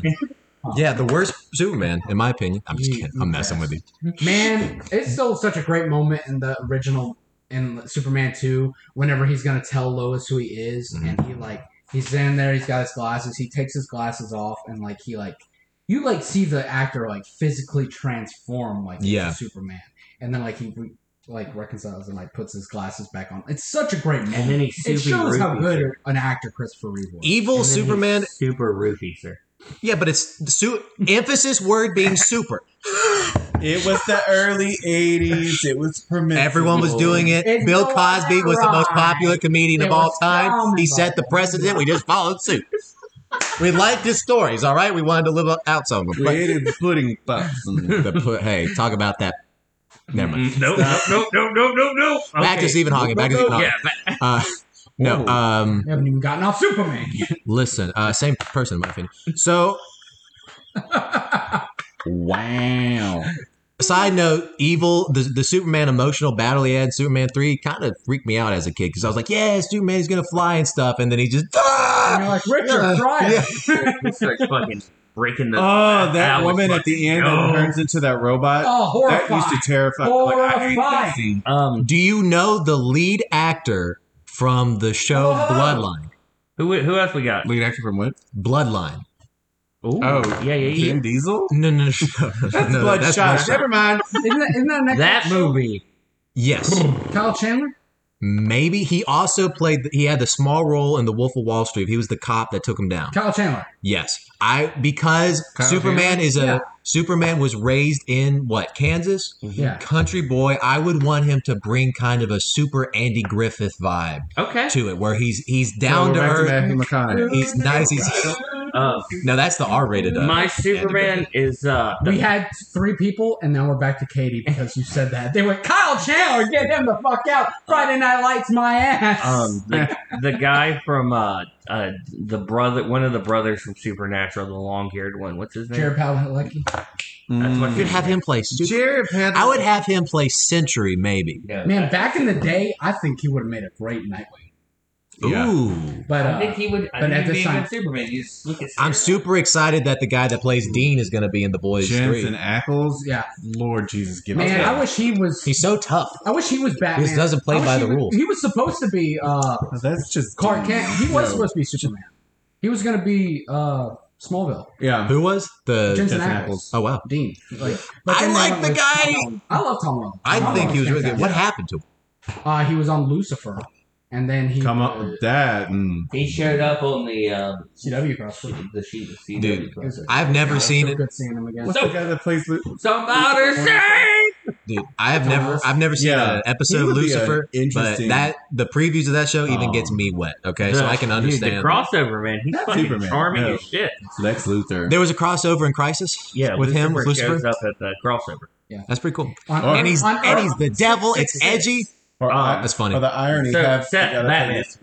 S3: Yeah, the worst Superman, in my opinion. I'm just
S5: You-
S3: kidding. I'm messing with you.
S5: Man, it's still such a great moment in the original in Superman 2 whenever he's going to tell Lois who he is
S3: Mhm.
S5: and he like he's standing there, he's got his glasses, he takes his glasses off and like he like you like see the actor like physically transform like into
S3: Yeah.
S5: Superman and then like he re- like reconciles and like puts his glasses back on. It's such a great
S2: And
S5: moment.
S2: then he's
S5: It
S2: super
S5: shows how
S2: roofies
S5: good
S2: her.
S5: an actor Christopher Reeve was.
S2: And
S3: Evil
S2: then he's
S3: Superman.
S2: super roofies her.
S3: Yeah, but it's su- emphasis word being super.
S4: It was the early 80s. It was permissible.
S3: Everyone was doing it.
S5: It's
S3: Bill
S5: going
S3: Cosby was the most popular comedian
S5: It
S3: of all
S5: was
S3: time.
S5: filmed
S3: He
S5: by
S3: set the precedent. We just followed suit. We liked his stories, all right? We wanted to live up- out some of them. But-
S4: Created pudding pops.
S3: Mm, the pu- hey, talk about that. Never mind.
S2: Mm, Nope, nope, nope, nope, nope, nope.
S3: Back to Stephen Hawking. Back to Stephen Hawking.
S2: Yeah, back-
S3: Uh, no,
S4: Whoa.
S3: um,
S5: We haven't even gotten off Superman.
S3: listen, uh, same person, in my opinion. So,
S4: Wow.
S3: side note, evil, the, the Superman emotional battle he had in Superman 3 kind of freaked me out as a kid because I was like, yeah, Superman is going to fly and stuff. And then he just, "Ah!"
S5: And you're like, Richard, try it.
S3: Yeah.
S2: he starts fucking breaking the.
S4: Oh, that
S2: was
S4: woman at the end
S2: no.
S4: that turns into that robot.
S5: Oh,
S4: that
S5: horrified.
S4: used to terrify like, I hate
S5: Horrifying.
S4: that scene.
S2: Um,
S3: Do you know the lead actor from the show
S5: Oh.
S3: Bloodline?
S2: who who else we got?
S4: Lead actor from what?
S3: Bloodline.
S2: Ooh,
S4: Oh,
S2: yeah, yeah, yeah.
S4: Vin Diesel?
S3: No, no, no. no,
S4: That's
S3: no,
S4: Bloodshot. Never mind.
S5: Isn't that, isn't that next
S2: That movie.
S3: Yes,
S5: Kyle Chandler?
S3: maybe he also played. He had the small role in The Wolf of Wall Street. He was the cop that took him down.
S5: Kyle Chandler.
S3: Yes, I because
S4: Kyle
S3: Superman
S4: Chandler?
S3: is a
S5: Yeah.
S3: Superman was raised in what Kansas,
S5: Yeah.
S3: country boy. I would want him to bring kind of a super Andy Griffith vibe
S2: Okay.
S3: to it, where he's he's down
S4: So
S3: to
S4: we're back
S3: earth.
S4: Matthew McConaughey.
S3: He's nice. He's
S2: Uh,
S3: no, that's the R rated. Uh,
S2: my Superman is uh.
S5: We had three people, and now we're back to Katie because you said that. They went, Kyle Chandler, get him the fuck out. Friday Night Lights my ass.
S2: Um, the, the guy from uh, uh, the brother, one of the brothers from Supernatural, the long-haired one. What's his name?
S5: Jared Padalecki.
S2: That's
S4: Mm.
S2: what
S3: I could have him play. Super-
S4: Jared Padalecki.
S3: I would have him play Century, maybe.
S2: No,
S5: Man, back in the day, I think he would have made a great Nightwing.
S4: Yeah.
S3: Ooh.
S5: But
S2: I
S5: uh,
S2: think he would. I
S5: but
S2: think
S5: at
S2: he'd
S5: this
S2: be a
S5: time-
S2: good Superman. You just look at.
S3: I'm super excited that the guy that plays Dean is going to be in The Boys
S4: Jensen
S3: 3.
S4: Ackles.
S5: yeah,
S4: Lord Jesus, give
S5: man,
S4: us
S5: I wish he was.
S3: He's so tough.
S5: I wish he was Batman.
S3: He doesn't play
S5: I wish
S3: by
S5: he
S3: the
S5: was-
S3: rules.
S5: He was supposed to be uh,
S4: that. That's just
S5: Clark Kent. He was
S4: No.
S5: supposed to be Superman. He was going to be uh, Smallville.
S4: Yeah.
S3: Who was the?
S5: Jensen
S4: Jensen
S5: Ackles.
S3: Oh wow.
S5: Dean. Like,
S3: I
S5: then they
S3: like
S5: went
S3: the
S5: with
S3: guy.
S5: Tom Holland. I love Tom Holland.
S3: I
S5: Tom
S3: think
S5: Holland's
S3: he was really good. What
S5: fantastic.
S3: happened to him?
S5: Uh, he was on Lucifer. and then he
S4: Come up
S5: would-
S4: with that. And
S2: He showed up on the um,
S1: CW
S2: she-
S1: crossover.
S2: the sheet of CW.
S3: Dude.
S2: books.
S3: I've never seen
S5: so
S3: it,
S5: Good seeing him again.
S4: what's the guy that plays? Lu-
S2: Somebody say
S3: dude. I have never, I've never seen
S4: Yeah.
S3: an
S4: He
S3: episode of
S4: would be an
S3: Lucifer, but
S4: interesting-
S3: that the previews of that show even
S4: Oh.
S3: gets me wet. Okay, so I can understand.
S2: Dude, the crossover man. He's fucking
S4: Superman,
S2: charming
S4: no.
S2: as shit.
S4: Lex Luthor.
S3: there was a crossover in Crisis.
S2: Yeah,
S3: with him, with
S2: Lucifer shows
S3: Lucifer.
S2: up at the crossover.
S3: That's pretty cool.
S5: On
S4: Or-
S5: Earth-
S3: And he's
S5: on
S3: and
S5: Earth-
S3: he's the devil. It's
S5: six, six.
S3: edgy.
S4: Or,
S2: Ah,
S4: I-
S3: That's funny.
S4: or the irony.
S2: So,
S4: have,
S2: Seth,
S4: I gotta
S2: Batman.
S4: say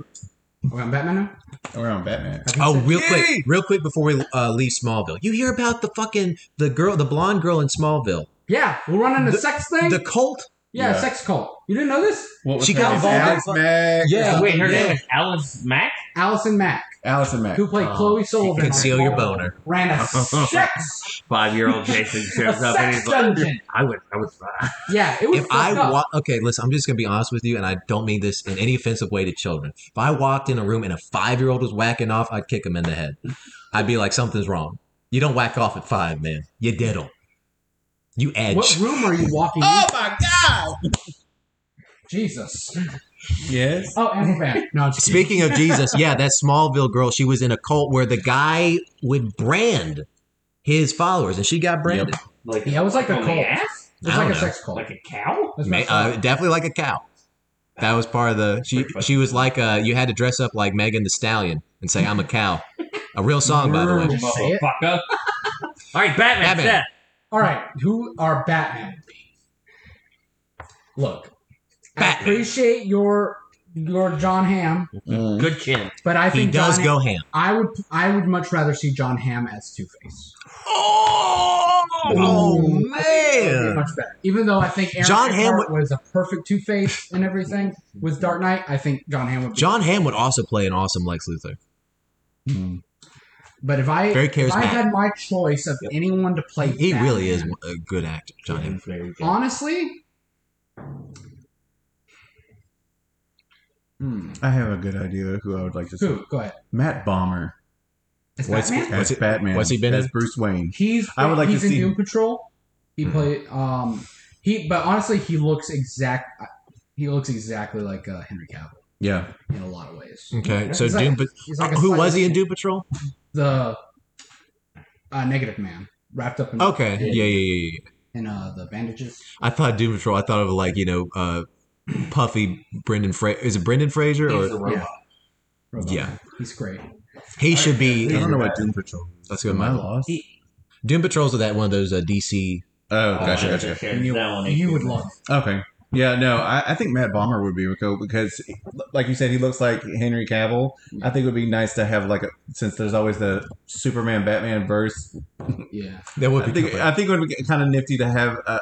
S5: We're on Batman now.
S4: this Around Batman.
S5: I think
S3: Oh,
S5: so.
S3: real quick, real quick before we uh, leave Smallville, you hear about the fucking the girl, the blonde girl in Smallville,
S5: yeah, we're running a
S3: The-
S5: sex thing.
S3: the cult.
S5: yeah,
S4: Yeah.
S5: sex cult. You didn't know this?
S4: What was
S3: She
S4: her
S3: got
S4: name?
S3: involved in-
S4: Alex Mack.
S3: Yeah.
S2: Wait, her
S3: Yeah.
S2: name is Alice Mack.
S5: Allison Mack,
S4: Allison Mack.
S5: who played
S2: Oh,
S5: Chloe Sullivan,
S3: Conceal
S5: on
S3: your
S5: Smallville,
S3: boner.
S5: ran a sex,
S2: Five-year-old Jason
S5: a
S2: shows up and
S5: sex
S2: he's like,
S5: dungeon.
S2: "I would, I would."
S5: Yeah, it was.
S3: If I
S5: fucked up.
S3: wa- okay, listen, I'm just gonna be honest with you, and I don't mean this in any offensive way to children. If I walked in a room and a five year old was whacking off, I'd kick him in the head. I'd be like, something's wrong. You don't whack off at five, man. You diddle. You edge.
S5: what room are you walking?
S4: Oh
S5: into?
S4: my God!
S5: Jesus.
S4: Yes.
S5: Oh, and we're back. No, I'm just kidding.
S3: Speaking of Jesus, yeah, that Smallville girl, she was in a cult where the guy would brand his followers, and she got branded.
S2: Like,
S5: Yeah, it was like a
S2: on the
S5: cult.
S2: ass?
S5: It's
S3: I
S5: like
S3: don't
S5: a
S3: know.
S5: sex cult.
S2: like a cow.
S5: That's
S3: Ma-
S5: what I
S3: uh,
S5: saw.
S3: definitely like a cow. That was part of the. She
S2: Pretty funny.
S3: she was like uh, you had to dress up like Megan the Stallion and say I'm a cow. A real song, by the way.
S5: Just
S2: Oh,
S5: say it.
S2: Motherfucker. All right, Batman.
S3: Batman.
S2: Seth.
S5: All right, who are Batman would be? Look, I
S3: Batman.
S5: appreciate your your John Ham,
S2: Good chin.
S5: but I
S3: He
S5: think
S3: does
S5: John,
S3: go ham.
S5: I would I would much rather see John Ham as Two Face.
S3: Oh, man!
S5: Much better. Even though I think Aaron
S3: John Hamm
S5: Eckhart was a perfect Two Face and everything with Dark Knight, I think John Ham would. Be,
S3: John Ham would also play an awesome Lex Luthor.
S4: Mm-hmm.
S5: but if I
S3: Very
S5: if I
S3: charismatic.
S5: had my choice of anyone to play,
S3: He really is
S5: Batman,
S3: a good actor, John Ham.
S2: Very good.
S5: Honestly,
S4: I have a good idea of who I would like to see.
S5: who? Go ahead.
S4: Matt Bomber.
S5: It's
S4: What's-
S5: Batman.
S4: That's
S3: What's he-
S4: Batman.
S3: what's he been
S4: That's
S3: in?
S4: Bruce Wayne.
S5: He's
S4: I would like
S5: he's
S4: to
S5: in
S4: see-
S5: Doom Patrol. He
S3: Mm-hmm.
S5: played um he but honestly he looks exact he looks exactly like uh, Henry Cavill
S4: Yeah.
S5: in a lot of ways.
S3: Okay, so
S5: He's like-
S3: Doom. Pat-
S5: He's like a
S3: Mm. who
S5: slight-
S3: was he in Doom Patrol?
S5: The uh, negative man wrapped up in
S3: Okay, yeah, yeah, yeah, yeah.
S5: in uh, the bandages.
S3: I thought Doom Patrol. I thought of like you know, uh, puffy Brendan. Fra- is it Brendan Fraser
S2: He's a
S3: or?
S2: robot.
S5: Yeah. Robot
S3: Yeah.
S5: Man. he's great.
S3: He should be.
S4: I don't
S3: in-
S4: know what Doom Patrol.
S3: That's
S4: Am
S3: good.
S4: I
S3: My
S4: lost?
S3: Doom Patrol's that one of those uh, DC.
S4: Oh,
S2: Oh,
S4: gotcha,
S2: I
S4: gotcha.
S2: understand.
S5: And you,
S2: That one
S5: you
S2: is
S5: would
S2: good.
S5: love.
S4: Okay. Yeah, no, I, I think Matt Bomber would be cool because, like you said, he looks like Henry Cavill. I think it would be nice to have like a since there's always the Superman Batman verse.
S5: it. Yeah,
S3: That would
S4: I
S3: be.
S4: think I think it would be kind of nifty to have uh,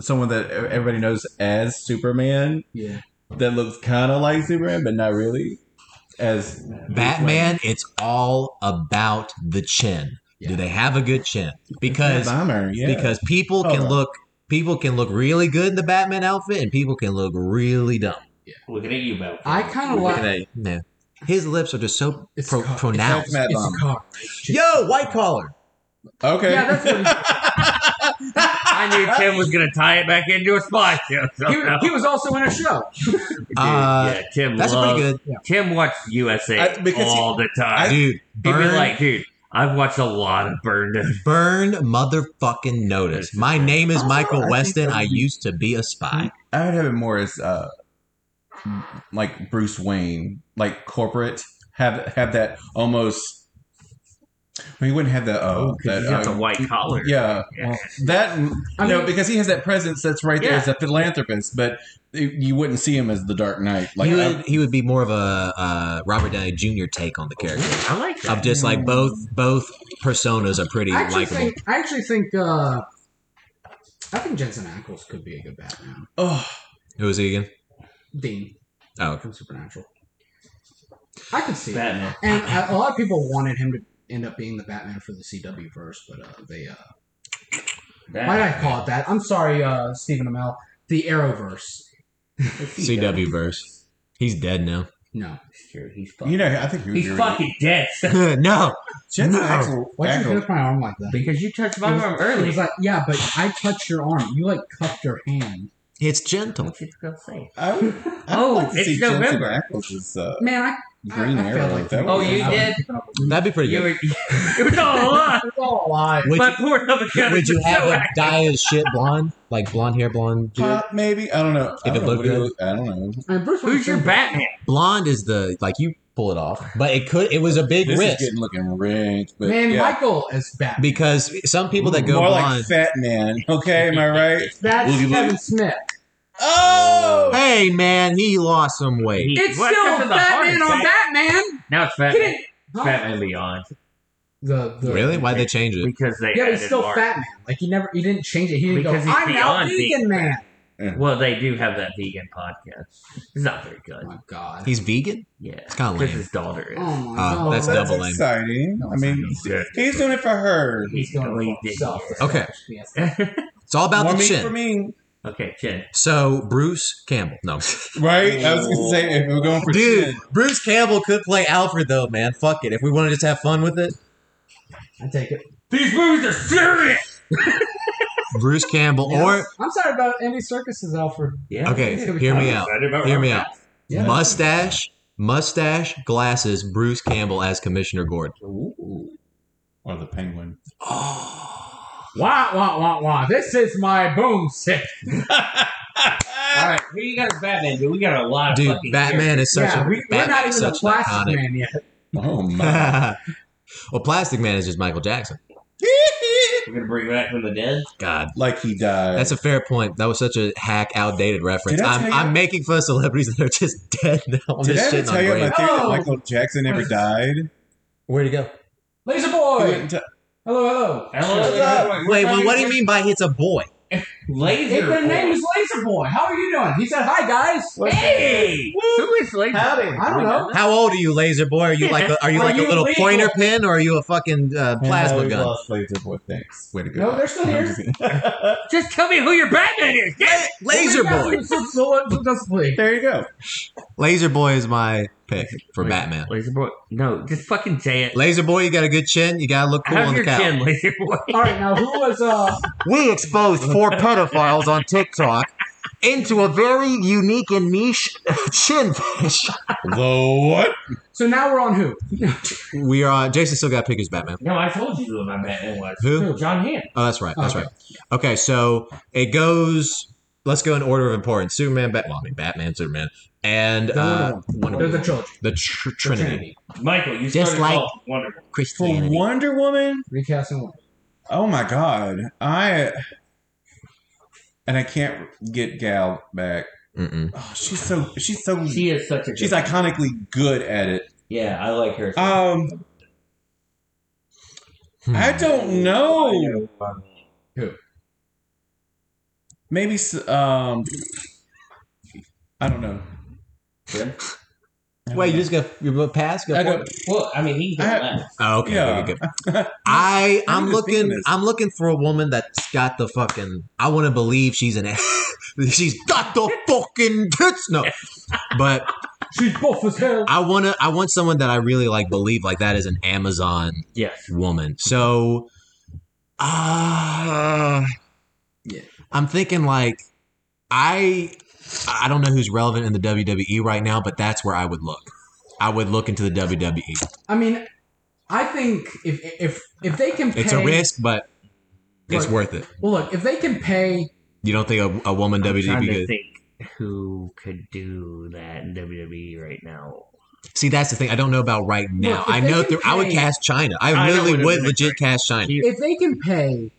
S4: someone that e-, everybody knows as Superman
S5: yeah.
S4: that looks kind of like Superman but not really as
S3: Batman. It's all about the chin.
S5: Yeah.
S3: Do they have a good chin? Because
S4: Matt Bomber. Yeah,
S3: because people
S4: Oh,
S3: can
S4: no.
S3: look people can look really good in the Batman outfit, and people can look really dumb.
S2: Looking at you, Batman.
S5: I kind of like.
S3: No, his lips are just so
S5: It's
S3: pro-
S5: cut. It's
S3: pronounced.
S4: That's Matt
S5: It's
S4: Bomber.
S5: a car.
S3: Yo, white collar.
S4: Okay.
S5: Yeah, that's what he,
S2: I knew Tim was gonna tie it back into a spot.
S5: he, was- he was also in a show.
S3: Uh,
S2: yeah, Tim.
S3: That's a
S2: loves,
S3: pretty good
S2: Tim watched USA
S4: I- because he-
S2: all the time.
S3: dude.
S2: He'd be
S3: Burn,
S2: like, dude, I've watched a lot of Burn Notice.
S3: burn, motherfucking notice. My name is
S4: Oh, I
S3: Michael
S4: think
S3: Weston.
S4: that
S3: I
S4: would be-
S3: used to be a spy.
S4: I would have it more as uh, like Bruce Wayne, like corporate. Have have that almost. Well, he wouldn't have that. Uh,
S2: Oh, 'cause
S4: that
S2: he's got
S4: uh,
S2: the white collar.
S4: Yeah,
S2: Yeah.
S4: that
S5: I
S4: no,
S5: mean-
S4: because he has that presence that's right there
S2: Yeah.
S4: as a philanthropist, but you- you wouldn't see him as the Dark Knight. Like
S3: he
S4: I-
S3: would he would be more of a uh, Robert Downey Jr. take on the character.
S2: I like that.
S3: Of just like both both personas are pretty
S5: I actually
S3: likable.
S5: think. I actually think. Uh, I think Jensen Ackles could be a good Batman.
S4: oh,
S3: Who was he again?
S5: Dean
S3: Oh, okay.
S5: from Supernatural. I could see it.
S2: Batman.
S5: And a, a lot of people wanted him to end up being the Batman for the CW verse, but uh, they uh, why
S2: Batman.
S5: did I call it that? I'm sorry, uh, Stephen Amell. The Arrowverse.
S3: CW verse. He's dead now.
S5: No,
S2: Sure, he's fucking.
S4: you know, I think he would
S2: he's
S4: be really-
S2: fucking dead.
S3: no,
S4: Jensen
S3: No.
S4: Ackles-
S5: why'd you
S4: Ackles-
S5: grip my arm like that?
S2: Because you touched
S5: It
S2: my
S5: was-
S2: arm
S5: It
S2: earlier.
S5: was like, yeah, but I touched your arm. You like cupped your hand.
S3: It's gentle.
S2: What you gonna say?
S4: I would, I would
S2: Oh,
S4: like to
S2: it's
S4: see Jensen
S2: November.
S4: Ackles' uh,
S5: Man, I
S4: Green
S5: I- I
S4: Arrow.
S5: feel like-
S4: that
S2: Oh,
S4: would be
S2: you
S4: nice.
S2: did.
S3: That'd be pretty
S2: You
S3: good.
S2: were. It was all a lie.
S5: it's all a lie.
S3: Would
S2: My
S3: you,
S2: poor other guy.
S3: would you
S2: was
S3: have
S2: so
S3: him
S2: active.
S3: dye his shit blonde, like blonde hair, blonde beard?
S4: Pop, maybe I don't know.
S3: If
S4: I
S3: it
S4: don't know.
S3: looked
S4: Would it
S3: good.
S4: look- I don't know.
S5: I mean, Bruce
S2: Who's your
S5: Willis-
S2: Batman?
S3: Blonde is the like you pull it off, but it could. It was a big
S4: This
S3: risk
S4: is getting looking rich, but
S5: Man,
S4: yeah.
S5: Michael is Batman.
S3: because some people that go
S4: more
S3: blonde.
S4: like Fat Man. Okay, am I right?
S5: That's
S4: Boogie Woogie.
S5: Kevin Smith.
S4: Oh,
S3: hey man, he lost some weight.
S2: He-
S5: It's
S2: what happened to
S5: still
S2: the heart
S5: Batman on
S2: attack?
S5: Batman.
S2: Now it's
S5: Get
S2: Batman.
S5: it?
S2: Batman Beyond
S5: The, the,
S3: Really? Why would they change it?
S2: because they
S5: Yeah, but he's
S2: added
S5: still
S2: Mark.
S5: Fat Man. Like he never, he didn't change it. He didn't
S2: Because
S5: go.
S2: he's
S5: I'm now
S2: beyond vegan.
S5: vegan man.
S2: Well, they do have that vegan podcast. It's not very
S5: Oh
S2: good.
S5: my god.
S3: He's vegan.
S2: Yeah,
S3: It's kind of
S2: because
S3: lame.
S2: his daughter is.
S5: oh my
S3: Uh,
S5: god.
S3: that's
S4: that's
S3: double aim.
S4: exciting.
S5: No,
S4: I
S5: it's
S4: mean,
S2: good.
S4: he's doing it for her.
S5: He's going
S2: No, he
S5: to self.
S2: didn't.
S3: Okay.
S5: Yes.
S3: It's all about
S4: More
S3: the
S4: meat
S3: chin.
S4: for me,
S2: okay, Jen.
S3: So Bruce Campbell, no,
S4: right? I was gonna say if we're going for
S3: dude,
S4: chin,
S3: Bruce Campbell could play Alfred though, man. Fuck it. If we want to just have fun with it,
S5: I take it.
S2: These movies are serious.
S3: Bruce Campbell or
S5: I'm sorry about Andy Circus's Alfred.
S2: Yeah.
S3: okay, hear me out. Hear me out. Mustache, mustache, glasses. Bruce Campbell as Commissioner Gordon.
S4: or the penguin.
S5: Wah wah wah wah. This is my boom sick.
S2: All right, who you got as Batman? Dude, we got a lot of
S3: Dude,
S2: fucking
S3: Batman is such
S5: yeah,
S3: a
S5: we, we're
S3: Batman
S5: not
S3: is
S5: even the
S3: such an
S5: Plastic
S3: iconic.
S5: Man yet.
S4: Oh my!
S3: well, Plastic Man is just Michael Jackson.
S2: characters. We're gonna bring back from the dead.
S3: God,
S4: like he died.
S3: that's a fair point. That was such a hack, outdated reference.
S4: Did I
S3: I'm,
S4: tell you-
S3: I'm making fun of celebrities that are just dead now. I'm
S4: Did I
S3: just
S4: ever
S3: shitting
S4: tell
S3: on
S4: you my
S3: Grant.
S4: theory that
S5: Oh.
S4: Michael Jackson never died?
S3: Where'd he go?
S5: Laser
S4: He
S5: boy.
S4: went to-
S5: Hello, hello.
S2: Hello.
S3: Wait, well, what do you mean by it's a boy?
S2: Laser.
S5: If their
S2: Boy.
S5: name is Laser Boy, how are you doing? He said, "Hi guys."
S2: Hey, who is Laser?
S5: Howdy.
S2: Boy?
S5: I don't know.
S3: How old are you, Laser Boy? Are you like a, are you
S5: Are
S3: like
S5: you
S3: a little
S5: legal?
S3: pointer pin, or are you a fucking uh,
S4: And now
S3: plasma
S4: we
S3: gun?
S4: Lost Laser Boy. Thanks. Way to go.
S5: No, they're still here.
S2: Just tell me who your Batman is. Get it.
S3: Laser Boy.
S5: Boy.
S4: There you go.
S3: Laser Boy is my pick for
S2: Wait.
S3: Batman.
S2: Laser boy. No, just fucking say it.
S3: Laser Boy, you got a good chin. You gotta look cool
S2: How's
S3: on the
S2: your
S3: couch.
S2: chin, laser boy?
S5: All right, now who was uh?
S3: We exposed four pedophiles on TikTok into a very unique and niche chin fish.
S4: The what?
S5: So now we're on
S3: Uh,
S5: who?
S3: We are on. Jason still got to pick his Batman.
S2: No, I told you who my Batman was.
S3: Who?
S2: John Hamm.
S3: Oh, that's right. That's
S5: Okay.
S3: right. Okay, so it goes. Let's go in order of importance: Superman, Batman, well, I mean, Batman, Superman, and
S5: The Wonder
S3: uh, Wonder
S5: They're
S3: Woman.
S5: the trilogy.
S3: the tr- Trinity.
S5: Trinity.
S2: Michael, you
S3: Just
S2: started
S3: like-
S2: off wonderful.
S4: For
S3: Christianity.
S4: Wonder Woman?
S5: Recast and one.
S4: Oh my god. I and I can't get Gal back.
S3: Mm-mm.
S4: Oh, she's so she's so
S2: She is such a. Good
S4: she's iconically good at it.
S2: Yeah, I like her.
S4: Um I don't know. Maybe s- um I don't know. I don't
S3: Wait, you
S4: know.
S3: just go you go pass? Go
S4: I
S3: forward?
S4: don't
S2: Well, I mean, he's the
S4: I-
S2: last.
S3: Oh, okay,
S4: Yeah.
S3: good, good, good. I
S4: I'm
S3: I'm
S4: just thinking
S3: looking
S4: this.
S3: I'm looking for a woman that's got the fucking I want to believe she's an she's got the fucking tits no, but
S5: She's buff as hell.
S3: I wanna I want someone that I really like believe like that is an Amazon
S2: Yes.
S3: woman. So, uh,
S5: Yeah.
S3: I'm thinking like I I don't know who's relevant in the WWE right now, but that's where I would look. I would look into the E. WWE.
S5: I mean, I think if if if they can pay,
S3: It's a risk, but it's
S5: Right.
S3: worth it.
S5: Well, look, if they can pay,
S3: You don't think a, a woman
S2: I'm
S3: WWE
S2: trying
S3: be
S2: to
S3: good?
S2: think who could do that in WWE right now.
S3: See, that's the thing. I don't know about right now.
S5: if
S3: I
S5: they
S3: know
S5: can
S3: through, I would
S5: pay-
S3: cast China. I,
S2: I know
S3: really
S2: what it
S3: would
S2: is.
S3: legit cast China.
S2: She-
S5: if they can pay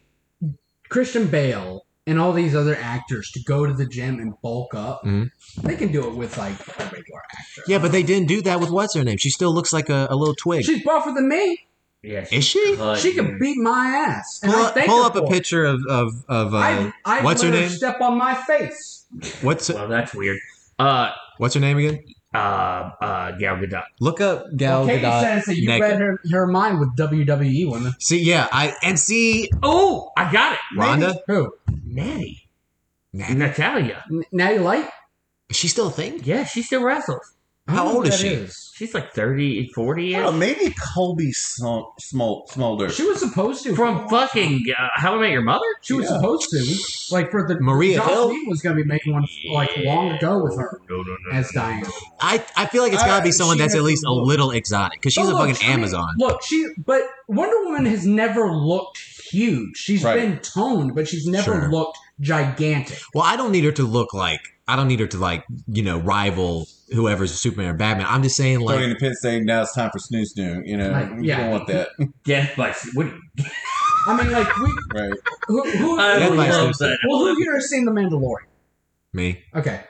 S5: Christian Bale and all these other actors to go to the gym and bulk up,
S3: Mhm.
S5: they can do it with like a regular actor.
S3: Yeah, but they didn't do that with what's her name. She still looks like a, a little twig.
S5: she's buffer than me.
S2: yeah,
S3: Is she?
S2: cut,
S5: she can
S2: dude.
S5: beat my ass. And
S3: Pull,
S5: I
S3: up,
S5: thank
S3: pull
S5: her
S3: up a
S5: for it.
S3: picture of of, of uh,
S5: I, I
S3: what's
S5: let
S3: her
S5: her
S3: name?
S5: Step on my face.
S3: what's
S2: Well, that's weird. Uh,
S3: what's her name again?
S2: uh, uh, Gal Gadot.
S3: Look up Gal
S5: Katie
S3: Gadot.
S5: says that you
S3: naked.
S5: read her, her mind with E WWE women.
S3: See, yeah, I and see
S2: Oh, I got it.
S3: Rhonda.
S5: Who?
S2: Natty.
S3: Nah,
S2: Natalia.
S5: N- Natty Light?
S3: Is she still a thing?
S2: Yeah, she still wrestles.
S5: I don't
S3: How
S5: know
S3: old
S5: who
S3: is
S5: that
S3: she?
S2: She's like 30, 40
S4: Oh,
S2: -ish.
S4: maybe Colby Smol- Smol- Smolder.
S5: She was supposed to
S2: From fucking uh, How I Met Your Mother?
S5: She was
S4: Yeah.
S5: supposed to like for the
S3: Maria
S5: Joss
S3: Hill?
S5: Whedon was going to be making one like long ago with her
S2: No, no, no.
S5: as Diane.
S3: I, I feel like it's got to be
S4: Uh,
S3: someone
S4: she
S3: that's at
S4: has
S3: least
S4: a
S3: a
S4: look.
S3: little exotic because she's
S5: But
S3: a
S5: look,
S3: fucking
S5: I mean,
S3: Amazon.
S5: Look, she but Wonder Woman has never looked huge. She's
S4: Right.
S5: been toned, but she's never
S3: Sure.
S5: looked gigantic.
S3: Well, I don't need her to look like I don't need her to like you know rival whoever's Superman or Batman. I'm just saying
S4: Throwing
S3: like
S4: in the pit saying now it's time for snoo snoo. You know,
S5: Like,
S4: you
S5: yeah.
S4: don't want that,
S2: Death by Sleep.
S5: I mean, like we
S4: right?
S5: who who,
S2: I
S3: Death
S2: love
S3: by
S2: that.
S5: well, who here has seen The Mandalorian?
S3: me.
S5: Okay,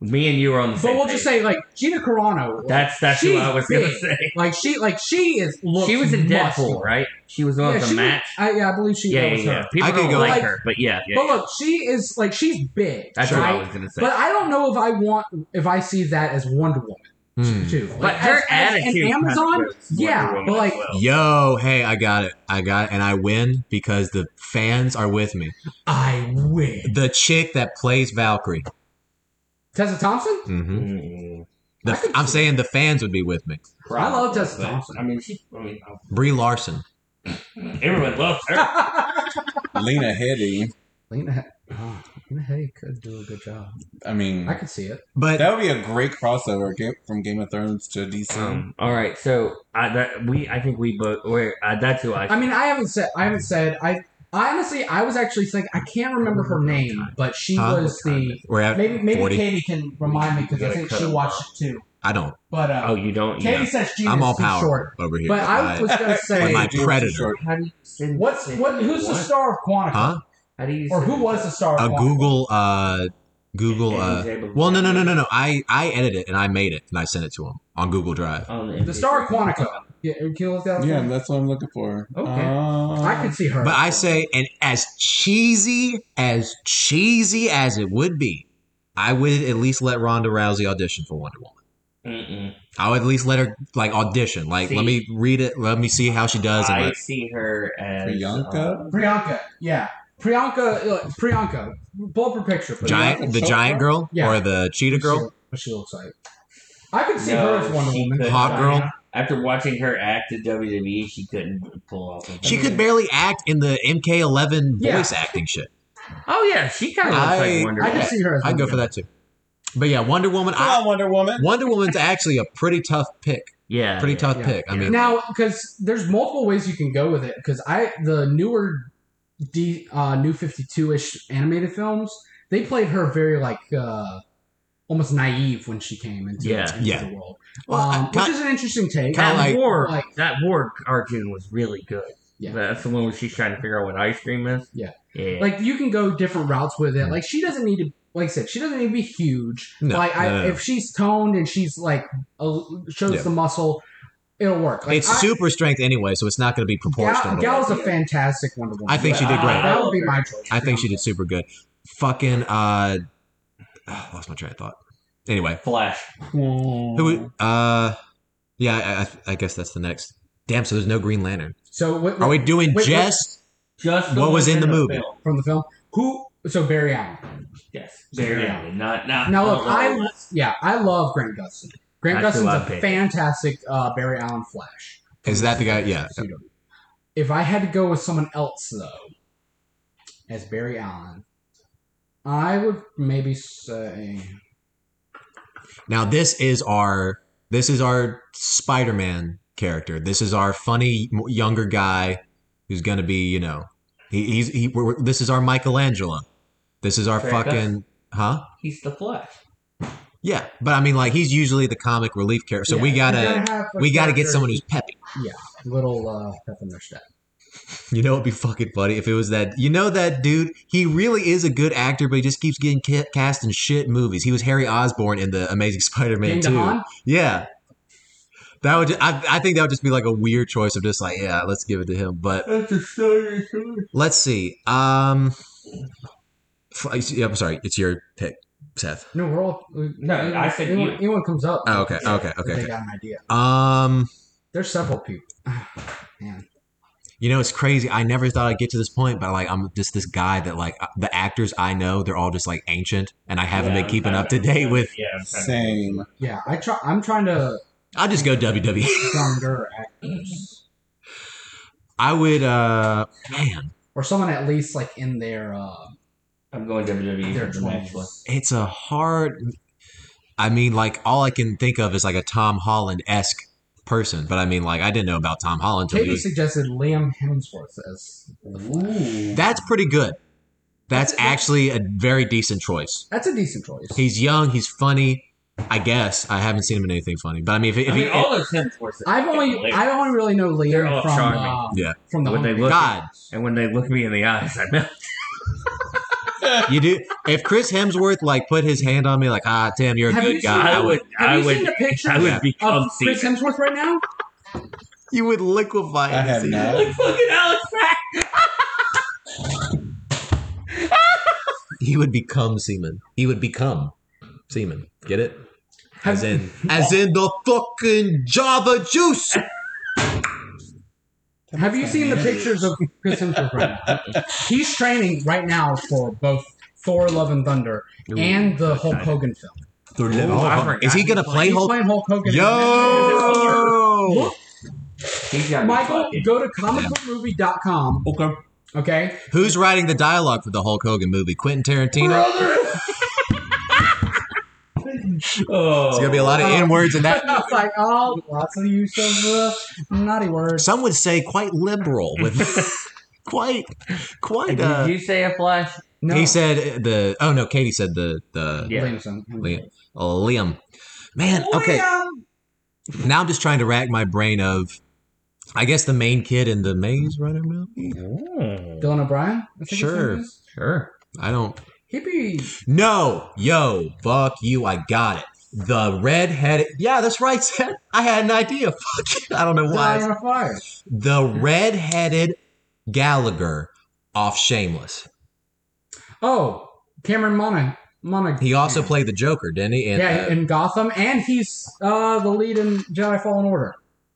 S2: Me and you are on the
S5: but
S2: same
S5: we'll just
S2: page.
S5: say like Gina Carano.
S2: That's, that's
S5: She's
S2: what I was going to
S5: big.
S2: say.
S5: like she like she is.
S2: She was in Deadpool,
S5: death.
S2: right? She was
S5: Yeah,
S2: on
S5: she
S2: the
S5: was-
S2: match.
S5: I, yeah, I believe she
S2: Yeah,
S5: that
S2: yeah,
S5: was
S2: yeah.
S5: her.
S2: People
S3: I could
S2: don't
S3: go-
S2: like,
S5: Like-
S2: her, but yeah, yeah.
S5: But look, she is like she's big.
S2: that's
S5: right?
S2: what I was going to say.
S5: But I don't know if I want if I see that as Wonder Woman
S3: Hmm.
S5: too.
S2: But
S5: Like,
S2: her
S5: as- as an
S2: attitude,
S5: Amazon,
S2: kind of goes
S5: yeah,
S2: Wonder Woman
S5: but
S2: as
S5: like
S2: well.
S3: Yo, hey, I got it. I got it. And I win because the fans are with me.
S5: I win.
S3: The chick that plays Valkyrie.
S5: Tessa Thompson.
S3: hmm
S2: Mm,
S5: I
S3: The,
S5: could
S3: I'm
S5: see
S3: saying the fans would be with me.
S5: I love Tessa
S2: but,
S5: Thompson.
S2: I mean, she. I mean, I-
S3: Brie Larson.
S2: everyone loves her.
S4: Lena Headey.
S5: Lena, oh, Lena Headey could do a good job.
S4: I mean,
S5: I could see it.
S3: But
S4: that would be a great crossover ga- from Game of Thrones to DC.
S2: Um, all right, so I that we I think we both where uh, that's who I.
S5: I mean, I haven't said. I haven't said. I honestly, I was actually thinking. I can't remember her name, but she
S3: Huh?
S5: was the.
S3: we're at
S5: Maybe maybe
S3: 40.
S5: Katie can remind me because
S2: You
S5: I
S2: gotta
S5: think
S2: cut
S5: she
S2: it
S5: watched it too.
S3: I don't.
S5: But uh,
S2: oh, you don't. Yeah.
S5: Katie says she
S3: I'm
S5: is
S3: all
S5: too
S3: power
S5: short.
S3: over here. Uh,
S5: But I
S3: I-
S5: was gonna
S3: With my
S5: say,
S3: predator.
S2: How do you send,
S5: what's what? Who's the
S2: what?
S5: star of Quantum?
S3: huh?
S2: How do you
S5: Or who
S2: send-
S5: was the star?
S3: A
S5: of Quantum?
S3: Google. Uh, Google.
S2: and
S3: Uh,
S2: he's able to-
S3: well, no, no, no, no, no. I I edited it and I made it and I sent it to him on Google Drive.
S2: On
S5: The star of Quantico. Yeah, can you look that up?
S4: Yeah, that's what I'm looking for.
S5: Okay.
S4: Uh,
S5: I could see her.
S3: But I say, and as cheesy as cheesy as it would be, I would at least let Ronda Rousey audition for Wonder Woman.
S2: Mm-mm.
S3: I would at least let her like audition. Like, let me
S2: See.
S3: read it. Let me see how she does. And
S2: I
S3: let-
S2: see her as
S4: Priyanka?
S2: uh,
S5: Priyanka. Yeah, Priyanka. Look, Priyanka. Pull up her picture. please.
S3: giant, the
S4: Yeah.
S3: giant girl
S5: Yeah.
S3: or the cheetah girl,
S5: What she looks like. I could see
S2: No,
S5: her as Wonder
S2: she
S5: Woman.
S2: could.
S3: hot girl.
S2: after watching her act at WWE, she couldn't pull off. of
S3: She
S2: it.
S3: could barely act in the MK11
S5: Yeah.
S3: voice acting shit.
S2: Oh yeah, she kind of looks
S3: I-
S2: like Wonder
S5: I
S2: Woman.
S5: could see her as.
S3: I'd
S5: Wonder
S3: go for that too. But yeah, Wonder Woman.
S4: Come
S3: I,
S4: on, Wonder Woman.
S3: Wonder Woman's actually a pretty tough pick.
S2: yeah,
S3: Pretty
S2: yeah.
S3: tough
S5: yeah,
S3: pick. I
S2: yeah.
S3: mean,
S5: Woman. Now, because there's multiple ways you can go with it. Because I the newer, D, uh, new fifty two ish animated films, they played her very like. uh Almost naive when she came into,
S2: Yeah.
S5: into
S3: Yeah.
S5: the world,
S3: Well,
S5: um,
S3: I-
S5: which is an interesting take. Um,
S3: kinda
S2: That
S3: like-
S2: war,
S5: like-
S2: that war cartoon was really good.
S5: Yeah.
S2: that's the one where she's trying to figure out what ice cream is.
S5: Yeah.
S2: yeah.
S5: like you can go different routes with it. Like she doesn't need to, like I said, she doesn't need to be huge.
S3: Hmm. No,
S5: like I,
S3: no, no, no.
S5: if she's toned and she's like a, shows
S3: Yeah.
S5: the muscle, it'll work. Like,
S3: it's
S5: I-
S3: super strength anyway, so it's not going to be
S5: Gal,
S3: proportional. to
S5: Gal's a
S2: Yeah.
S5: fantastic Wonder Woman.
S3: I think she did
S5: Uh,
S3: great.
S5: That would be my choice.
S3: I think she did super good. Fucking uh, ah, lost my train of thought. Anyway,
S2: Flash.
S3: who? Uh, yeah, I, I, I guess that's the next. Damn, so there's no Green Lantern.
S5: So what,
S3: Are we doing
S5: Wait,
S3: just?
S2: Just
S3: What
S2: the
S3: was
S2: one
S3: in the movie?
S2: film.
S5: from the film? Who? So Barry Allen.
S2: Yes, Barry
S5: Yeah. uh,
S2: Allen. Not not.
S5: Now
S3: Oh,
S5: look,
S2: not-
S5: I yeah, I love Grant Gustin. Grant
S2: That's who
S5: Gustin's
S2: I
S5: a
S2: picked.
S5: fantastic uh, Barry Allen Flash.
S3: Is that the guy? Yeah.
S5: If I had to go with someone else though, as Barry Allen, I would maybe say
S3: Now this is our this is our Spider-Man character. This is our funny m- younger guy who's gonna be you know he, he's he. We're, we're- this is our Michelangelo. This is our
S2: Fair
S3: fucking huh?
S2: He's the Flash.
S3: Yeah, but I mean like he's usually the comic relief character, so
S5: Yeah,
S3: we
S5: you're
S3: gotta
S5: gonna have a
S3: we gotta get
S5: character-
S3: someone who's peppy.
S5: little uh, pep in their step.
S3: You know, it'd be fucking funny if it was that. You know that dude? He really is a good actor, but he just keeps getting ca- cast in shit movies. He was Harry Osborn in the Amazing Spider-Man
S5: Dane
S3: too.
S5: DeHaan?
S3: Yeah. That would I, I think that would just be like a weird choice of just like yeah let's give it to him but
S2: That's a story. story.
S3: let's see um f- yeah, I'm sorry it's your pick Seth
S5: No, we're all we-
S2: No, I said
S5: anyone,
S2: you.
S5: anyone comes up.
S3: oh okay okay
S5: if
S3: okay,
S5: They
S3: okay.
S5: got an idea.
S3: um
S5: There's several people. Man,
S3: You know, it's crazy. I never thought I'd get to this point, but like, I'm just this guy that like uh, the actors I know, they're all just like ancient, and I haven't
S2: Yeah,
S3: been keeping
S2: I'm
S3: up to
S2: kinda-
S3: date with.
S2: Yeah, I'm kinda-
S4: Same.
S5: Yeah, I try. I'm trying to
S3: I'll just go E. WWE.
S5: younger actors
S3: I would. uh Man,
S5: or someone at least like in their uh,
S2: I'm going WWE
S5: their
S2: for the next one.
S5: twenties.
S3: it's a hard. I mean, like all I can think of is like a Tom Holland esque person, but I mean, like I didn't know about Tom Holland until he
S5: Katie
S3: was.
S5: suggested Liam Hemsworth as the Flash.
S2: E. Ooh.
S3: That's pretty good. That's
S5: That's-
S3: actually a very decent choice.
S5: That's a decent choice.
S3: He's young. He's funny. I guess I haven't seen him in anything funny, but I mean, if, if
S2: I mean,
S3: he,
S2: all those Hemsworths.
S5: I've only I only really know
S2: They're
S5: Liam
S2: all
S5: from
S2: charming.
S5: uh,
S3: Yeah.
S5: from the
S2: When they
S5: Hunger
S2: look-
S5: Games.
S3: God,
S2: and when they look me in the eyes, I know.
S3: you do. If Chris Hemsworth like put his hand on me, like ah, Tim, you're a
S5: Have you
S3: good guy.
S5: seen-
S3: I would,
S5: Have
S2: I
S5: you
S2: would-
S5: seen the picture
S2: I would
S5: of
S2: become
S5: Chris
S2: Caesar.
S5: Hemsworth right now?
S3: you would liquefy.
S4: I have
S3: him.
S4: not.
S2: Like fucking Alex Mack.
S3: He would become semen. He would become semen. Get it?
S5: Have-
S3: As in, as in the fucking Java juice.
S5: Have you seen the pictures of Chris Hemsworth right now? He's training right now for both Thor: Love and Thunder and the Hulk Hogan film.
S2: Oh, I forgot
S3: Is he gonna
S2: he
S3: play
S5: He's
S3: Hulk?
S5: playing Hulk Hogan.
S3: Yo,
S5: Look,
S2: He's got
S5: Michael,
S2: Fucking,
S5: go to comicbookmovie.com.
S4: Okay.
S5: Okay,
S3: who's writing the dialogue for the Hulk Hogan movie? Quentin Tarantino.
S2: oh,
S3: It's gonna be a lot of
S5: Oh.
S3: n words in that.
S5: it's like oh, lots of use of uh, naughty words.
S3: Some would say quite liberal with quite quite. Uh,
S2: Did you say a flash?
S5: No,
S3: He said the. Oh no, Katie said the the
S2: Yeah. Oh,
S5: Williamson.
S3: Liam. oh, Liam. Man, okay. Now I'm just trying to rack my brain of. I guess the main kid in the Maze Runner movie.
S5: Dylan O'Brien. I think his
S3: Sure.
S5: name is.
S2: Sure.
S3: I don't.
S5: He'd be
S3: No, yo, fuck you. I got it. The redheaded. Yeah, that's right, Seth. I had an idea. Fuck. you. I don't know why.
S5: dying on a fire.
S3: The redheaded Gallagher off Shameless.
S5: Oh, Cameron Monaghan. Monaghan.
S3: He also played the Joker, didn't he? In,
S5: yeah,
S3: uh,
S5: in Gotham, and he's uh, the lead in Jedi Fallen Order.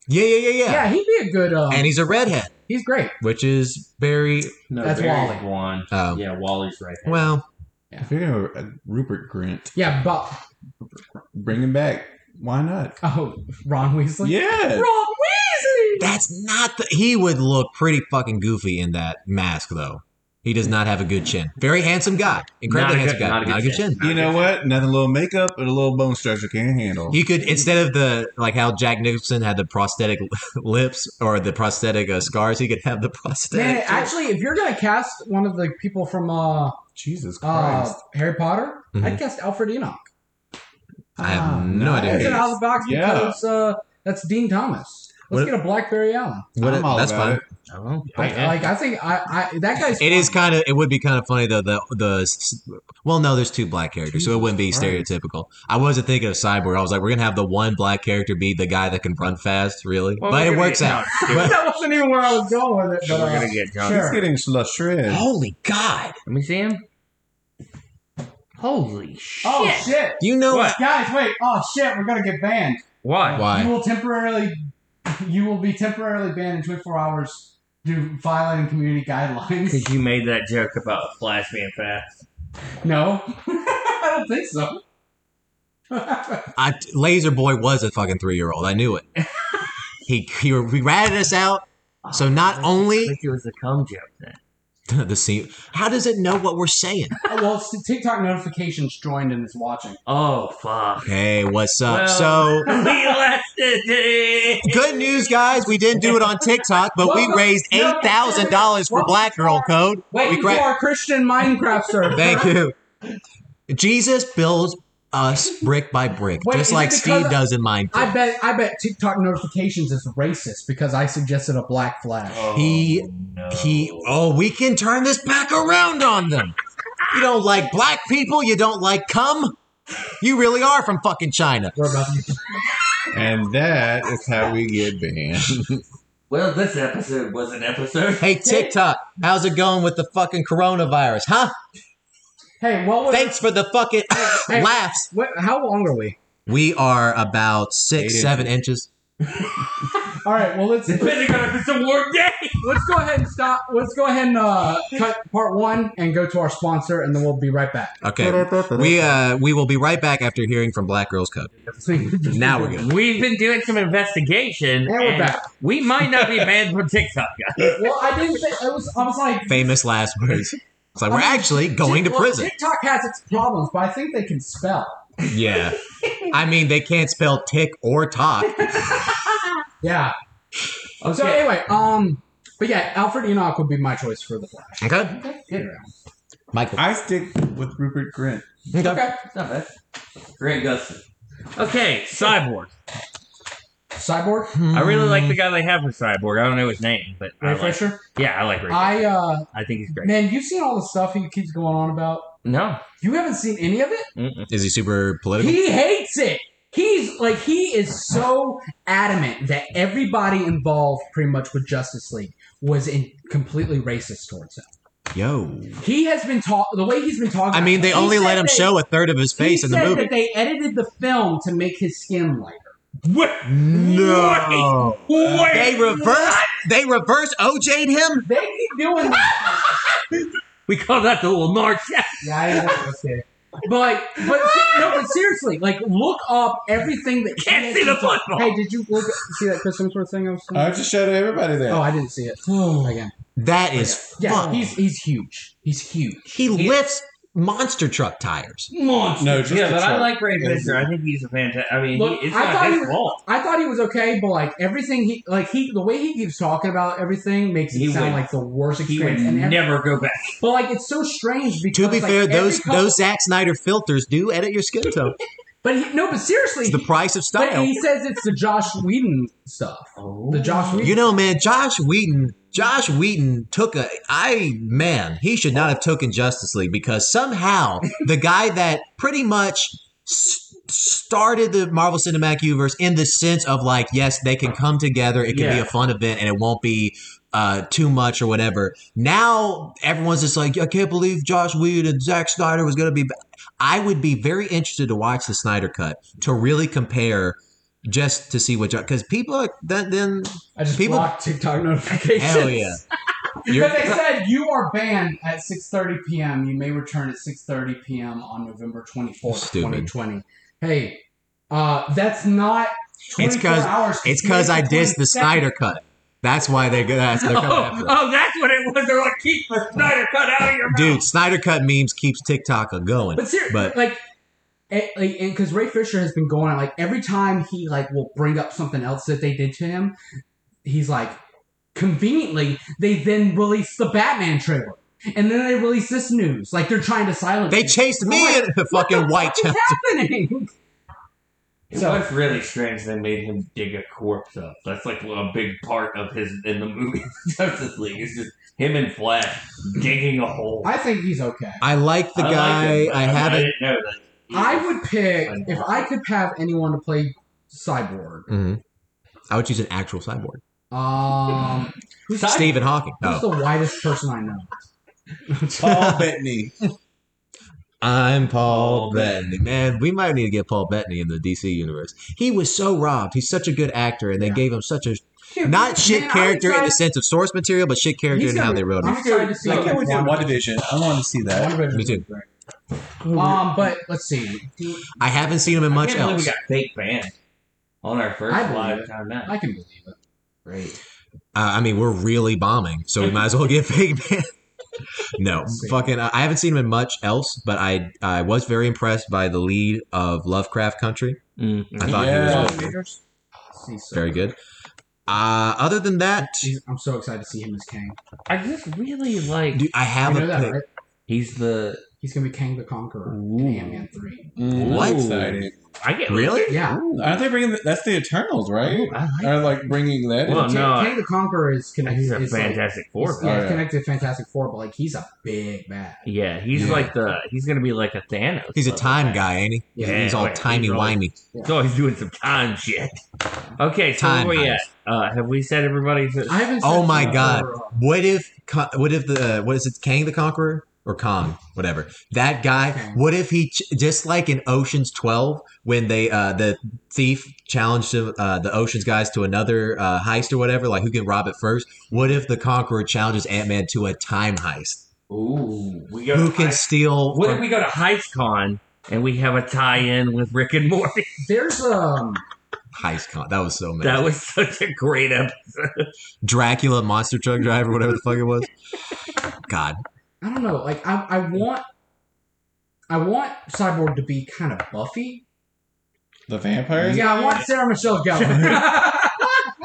S3: yeah, yeah, yeah, yeah.
S5: Yeah, he'd be a good. Um,
S3: And he's a redhead,
S5: he's great.
S3: which is very.
S2: No,
S5: That's
S2: Barry's
S5: Wally.
S2: blonde.
S3: Um,
S2: Yeah, Wally's right. there.
S3: Well,
S4: I figure uh, Rupert Grint.
S5: Yeah, but
S4: Bring him back. Why not?
S5: oh, Ron Weasley.
S4: Yeah.
S5: Ron Weasley.
S3: that's not the. He would look pretty fucking goofy in that mask, though. He does not have a good chin. Very handsome guy. Incredibly
S2: Not a
S3: handsome
S2: good-
S3: guy.
S2: not a good chin.
S4: You know what? Nothing little makeup and a little bone structure can't handle.
S3: You could instead of the like how Jack Nicholson had the prosthetic lips or the prosthetic uh, scars, he could have the prosthetic.
S5: Man, actually, if you're gonna cast one of the people from uh,
S4: Jesus
S5: uh
S4: Christ.
S5: Harry Potter,
S3: Mhm.
S5: I'd cast Alfred Enoch.
S3: I have
S4: Ah,
S3: no idea. who
S5: That's
S3: he
S5: an
S3: is.
S5: out of the box
S4: Yeah.
S5: because uh, that's Dean Thomas. Let's
S3: What-
S5: get a Blackberry Allen.
S3: What-
S4: I'm all
S3: that's
S4: about
S3: fine.
S4: it.
S2: Oh,
S5: I,
S2: yeah.
S5: Like I think I, I that guy's.
S3: It is
S5: fun.
S3: kind of. It would be kind of funny though. The the s- well, no, there's two black characters, so it wouldn't be
S4: Jesus
S3: stereotypical. I wasn't thinking of Cyborg. I was like, we're gonna have the one black character be the guy that can run fast, really.
S2: Well,
S3: but
S2: we're
S3: it
S2: gonna
S3: works
S2: get
S3: out.
S2: John Stewart.
S5: that wasn't even where I was going with it. But,
S2: We're
S5: uh,
S2: gonna get John. Oh.
S5: sure.
S4: He's getting sl- shred.
S3: Holy God!
S2: Let me see him. Holy shit!
S5: oh shit,
S3: Do you know
S2: What?
S5: guys, wait! Oh shit, we're gonna get banned.
S2: Why?
S5: You
S3: why?
S5: will temporarily, you will be temporarily banned in 24 hours due violating community guidelines.
S2: Because you made that joke about Flash being fast.
S5: no, I don't think so. I
S3: I, Laser Boy was a fucking three year old. I knew it. he, he he ratted us out. So not
S2: I
S3: only-
S2: think it was a cum joke then.
S3: the scene. How does it know what we're saying?
S5: Oh, well, it's the TikTok notifications joined and it's watching.
S2: Oh fuck!
S3: Hey, what's
S2: Uh,
S3: up? so.
S2: Well- Elasticity.
S3: Good news, guys. We didn't do it on TikTok, but we
S5: Welcome-
S3: raised $8,000 for Black Girl Code.
S5: Wait
S3: We gra-
S5: for our Christian Minecraft server.
S3: Thank you. Jesus builds us brick by brick,
S5: Wait, is
S3: just
S5: it
S3: like
S5: because
S3: Steve
S5: I-
S3: does in mine.
S5: I bet I bet TikTok notifications is racist because I suggested a black flag.
S3: Oh. He-
S2: no.
S3: He, oh, we can turn this back around on them. You don't like black people. You don't like cum. You really are from fucking China.
S5: We're about to-
S4: And that is how we get banned.
S2: Well, this episode was an episode.
S3: Hey TikTok, how's it going with the fucking coronavirus? Huh?
S5: Hey, what was
S3: Thanks for the fucking
S5: Hey.
S3: laughs.
S5: what, how long are we?
S3: We are about six,
S4: Eight
S3: seven inches.
S5: All right. Well, let's
S2: Depending on if it's a warm day.
S5: let's go ahead and stop. Let's go ahead and uh, cut part one and go to our sponsor, and then we'll be right back.
S3: Okay. We uh we will be right back after hearing from Black Girls Code. Now we're good.
S2: We've been doing some investigation.
S5: And we're back.
S2: We might not be banned from TikTok, guys.
S5: Well, I didn't think I was. I was like,
S3: Famous last words. It's like we're actually going to
S5: well,
S3: prison.
S5: TikTok has its problems, but I think they can spell.
S3: Yeah. I mean they can't spell tick or talk.
S5: Yeah. So
S2: Okay.
S5: anyway, um, but yeah, Alfred Enoch would be my choice for the Flash.
S3: Okay.
S5: Yeah.
S3: Michael.
S4: I stick with Rupert Grint.
S2: Mm-hmm.
S5: Okay.
S2: Not bad. Grant Gustin. Okay, Cyborg.
S5: Cyborg.
S2: I really like the guy they have for Cyborg. I don't know his name, but I
S5: Ray
S2: like,
S5: Fisher.
S2: yeah, I like Ray. I,
S5: I uh,
S2: I think he's great.
S5: man, you've seen all the stuff he keeps going on about.
S2: No,
S5: You haven't seen any of it.
S2: Mm-mm.
S3: Is he super political?
S5: He hates it. He's like he is so adamant that everybody involved, pretty much with Justice League, was in completely racist towards him.
S3: Yo.
S5: He has been taught the way he's been talking.
S3: I mean they
S5: he
S3: only
S5: said
S3: let him
S5: they-
S3: show a third of his
S5: He
S3: face in the
S5: said
S3: movie.
S5: that they edited the film to make his skin lighter.
S2: Wait,
S3: No.
S2: wait.
S3: They reverse they reverse OJ'd him?
S5: They keep doing that.
S2: We call that the Lamar test.
S5: yeah, I know. Okay. But like, but se- no, but seriously, like, look up everything that.
S2: Can't
S5: he
S2: see the
S5: has done.
S2: football.
S5: Hey, did you look see that Chris Hemsworth thing I was?
S3: Oh,
S5: Saying?
S4: I just showed everybody that.
S5: oh, I didn't see it. Again.
S3: That is
S5: Yeah,
S3: fuck.
S5: he's he's huge. He's huge.
S3: he lifts monster truck tires.
S2: Monster.
S4: No, just
S2: yeah,
S4: the
S2: but I
S4: truck.
S2: like Ray Fisher. I think he's a fantastic. uh, I mean,
S5: Look,
S2: he, it's
S5: I thought
S2: not
S5: he
S2: his
S5: was-
S2: fault.
S5: I thought he was okay, but like everything he like he the way he keeps talking about everything makes it
S2: He
S5: sound
S2: would-
S5: like the worst
S2: He would
S5: experience. and every-
S2: never go back.
S5: but like it's so strange because
S3: To be
S5: like,
S3: fair,
S5: every
S3: those
S5: couple-
S3: those Zack Snyder filters do edit your skin tone.
S5: But he, no, but seriously,
S3: It's the price of
S5: but
S3: style.
S5: he says it's the Josh Whedon stuff. The Josh Whedon.
S3: You know, man, Josh Wheaton. Josh Wheaton took a. I man, he should not have taken Justice League because somehow the guy that pretty much s- started the Marvel Cinematic Universe in the sense of like, yes, they can come together. It can be
S2: Yeah.
S3: a fun event, and it won't be. Uh, too much or whatever. Now everyone's just like, I can't believe Josh Whedon and Zack Snyder was going to be. ba-" I would be very interested to watch the Snyder cut to really compare, just to see what because people are, that then
S5: I just
S3: People-
S5: blocked TikTok notifications.
S3: Hell yeah. You're-
S5: Because they said you are banned at 6:30 p.m. You may return at 6:30 p.m. on November 24th,
S3: Stupid.
S5: 2020. Hey, uh, that's not.
S3: It's
S5: 24
S3: 'cause-
S5: hours.
S3: It's because I dissed the
S5: 22
S3: Snyder cut. That's why they that's they're coming
S2: Oh,
S3: after. us.
S2: oh, that's what it was. They're like, keep the Snyder cut out of your mouth.
S3: Dude, Snyder cut memes keeps TikTok a going.
S5: But seriously,
S3: But-
S5: like, it, like, and because Ray Fisher has been going on, like every time he like will bring up something else that they did to him, he's like, conveniently they then release the Batman trailer, and then they release this news, like they're trying to silence.
S3: They
S5: him.
S3: chased me
S5: What?
S3: in the fucking white.
S5: What is happening?
S2: It was really strange they made him dig a corpse up. That's like a big part of his in the movie Justice League. It's just him and Flash digging a hole.
S5: I think he's okay.
S3: I like the
S2: I like
S3: guy.
S2: him, but
S3: I
S2: mean, I
S3: haven't.
S2: didn't know that.
S5: I would pick if I could have anyone to play Cyborg.
S3: Mhm. I would choose an actual cyborg.
S5: Um, who's,
S2: Cy-
S5: who's
S3: Stephen Hawking. Oh. No,
S5: the whitest person I know?
S4: Paul Bettany.
S3: I'm Paul
S2: Paul
S3: Bettany. Man, we might need to get Paul Bettany in the DC universe. He was so robbed. He's such a good actor, and they
S5: Yeah.
S3: gave him such a
S5: Dude,
S3: not shit
S5: man, I'm
S3: character in the
S5: excited-
S3: sense of source material, but shit character
S5: He's
S3: in how
S5: gonna-
S3: they wrote
S5: I'm
S3: him.
S5: excited to see.
S4: I can't wait to
S5: Wonder-
S4: One Division. I want to see that.
S5: Wonder Woman.
S3: Me too.
S5: Um, but let's see.
S3: I haven't seen him in
S2: I
S3: much
S2: can't believe
S3: else.
S2: we got fake banned on our first
S5: I believe
S2: live
S5: it.
S2: time out.
S5: I can believe it. Great.
S3: Uh, I mean, we're really bombing, so we might as well get fake man. no,
S5: Let's see.
S3: fucking. uh, I haven't seen him in much else, but I I was very impressed by the lead of Lovecraft Country. I thought he
S4: Yeah.
S3: was really good. very
S5: Very.
S3: good. Uh, other than that,
S5: I'm so excited to see him as Kang.
S2: I just really like
S3: dude, I
S5: You
S3: have
S5: know
S3: a
S5: that,
S3: pick.
S5: right?
S2: he's the
S5: He's gonna be Kang the Conqueror in
S4: Ooh.
S5: Ant-Man three.
S4: Mm,
S3: What?
S4: I'm excited.
S2: I get
S3: Really?
S5: Yeah.
S4: Aren't they bringing the, that's the Eternals, right?
S2: I like
S4: Are like bringing that?
S2: Well,
S4: in?
S2: no,
S5: Kang the Conqueror is connected.
S2: he's a
S5: is like-
S2: fantastic four.
S5: Yeah,
S4: Oh,
S5: it's
S4: yeah.
S5: connected to Fantastic Four, but like he's a big bad.
S2: Yeah, he's
S4: Yeah.
S2: like the he's gonna be like a Thanos.
S3: He's a
S2: of
S3: time
S2: that.
S3: guy, ain't he? He's-
S2: Yeah,
S3: he's all
S2: like, he's
S3: timey
S2: all-
S3: wimey.
S2: He's always doing some time shit. Okay, so
S3: Time
S2: where we
S3: heist.
S2: at? Uh, have we said everybody's?
S5: I haven't.
S3: Oh
S5: said
S3: my
S5: Kang
S3: God.
S5: Conqueror.
S3: What if? Con- What if the? What is it? Kang the Conqueror? or Kong, whatever. That guy. What if he ch- just like in Ocean's Twelve when they uh, the thief challenged him, uh, the Ocean's guys to another uh, heist or whatever, like who can rob it first? What if the Conqueror challenges Ant Man to a time heist?
S2: Ooh, we go.
S3: Who
S2: to
S3: can
S2: Heist-
S3: steal?
S2: what
S3: from-
S2: if we go to HeistCon and we have a tie-in with Rick and Morty?
S5: There's um
S3: heist con. That was so
S2: That
S3: mad.
S2: was such a great episode.
S3: Dracula, monster truck driver, whatever the fuck it was. God,
S5: I don't know, like I I want I want Cyborg to be kind of Buffy.
S4: The vampires.
S5: Yeah, I want Sarah Michelle Gellar.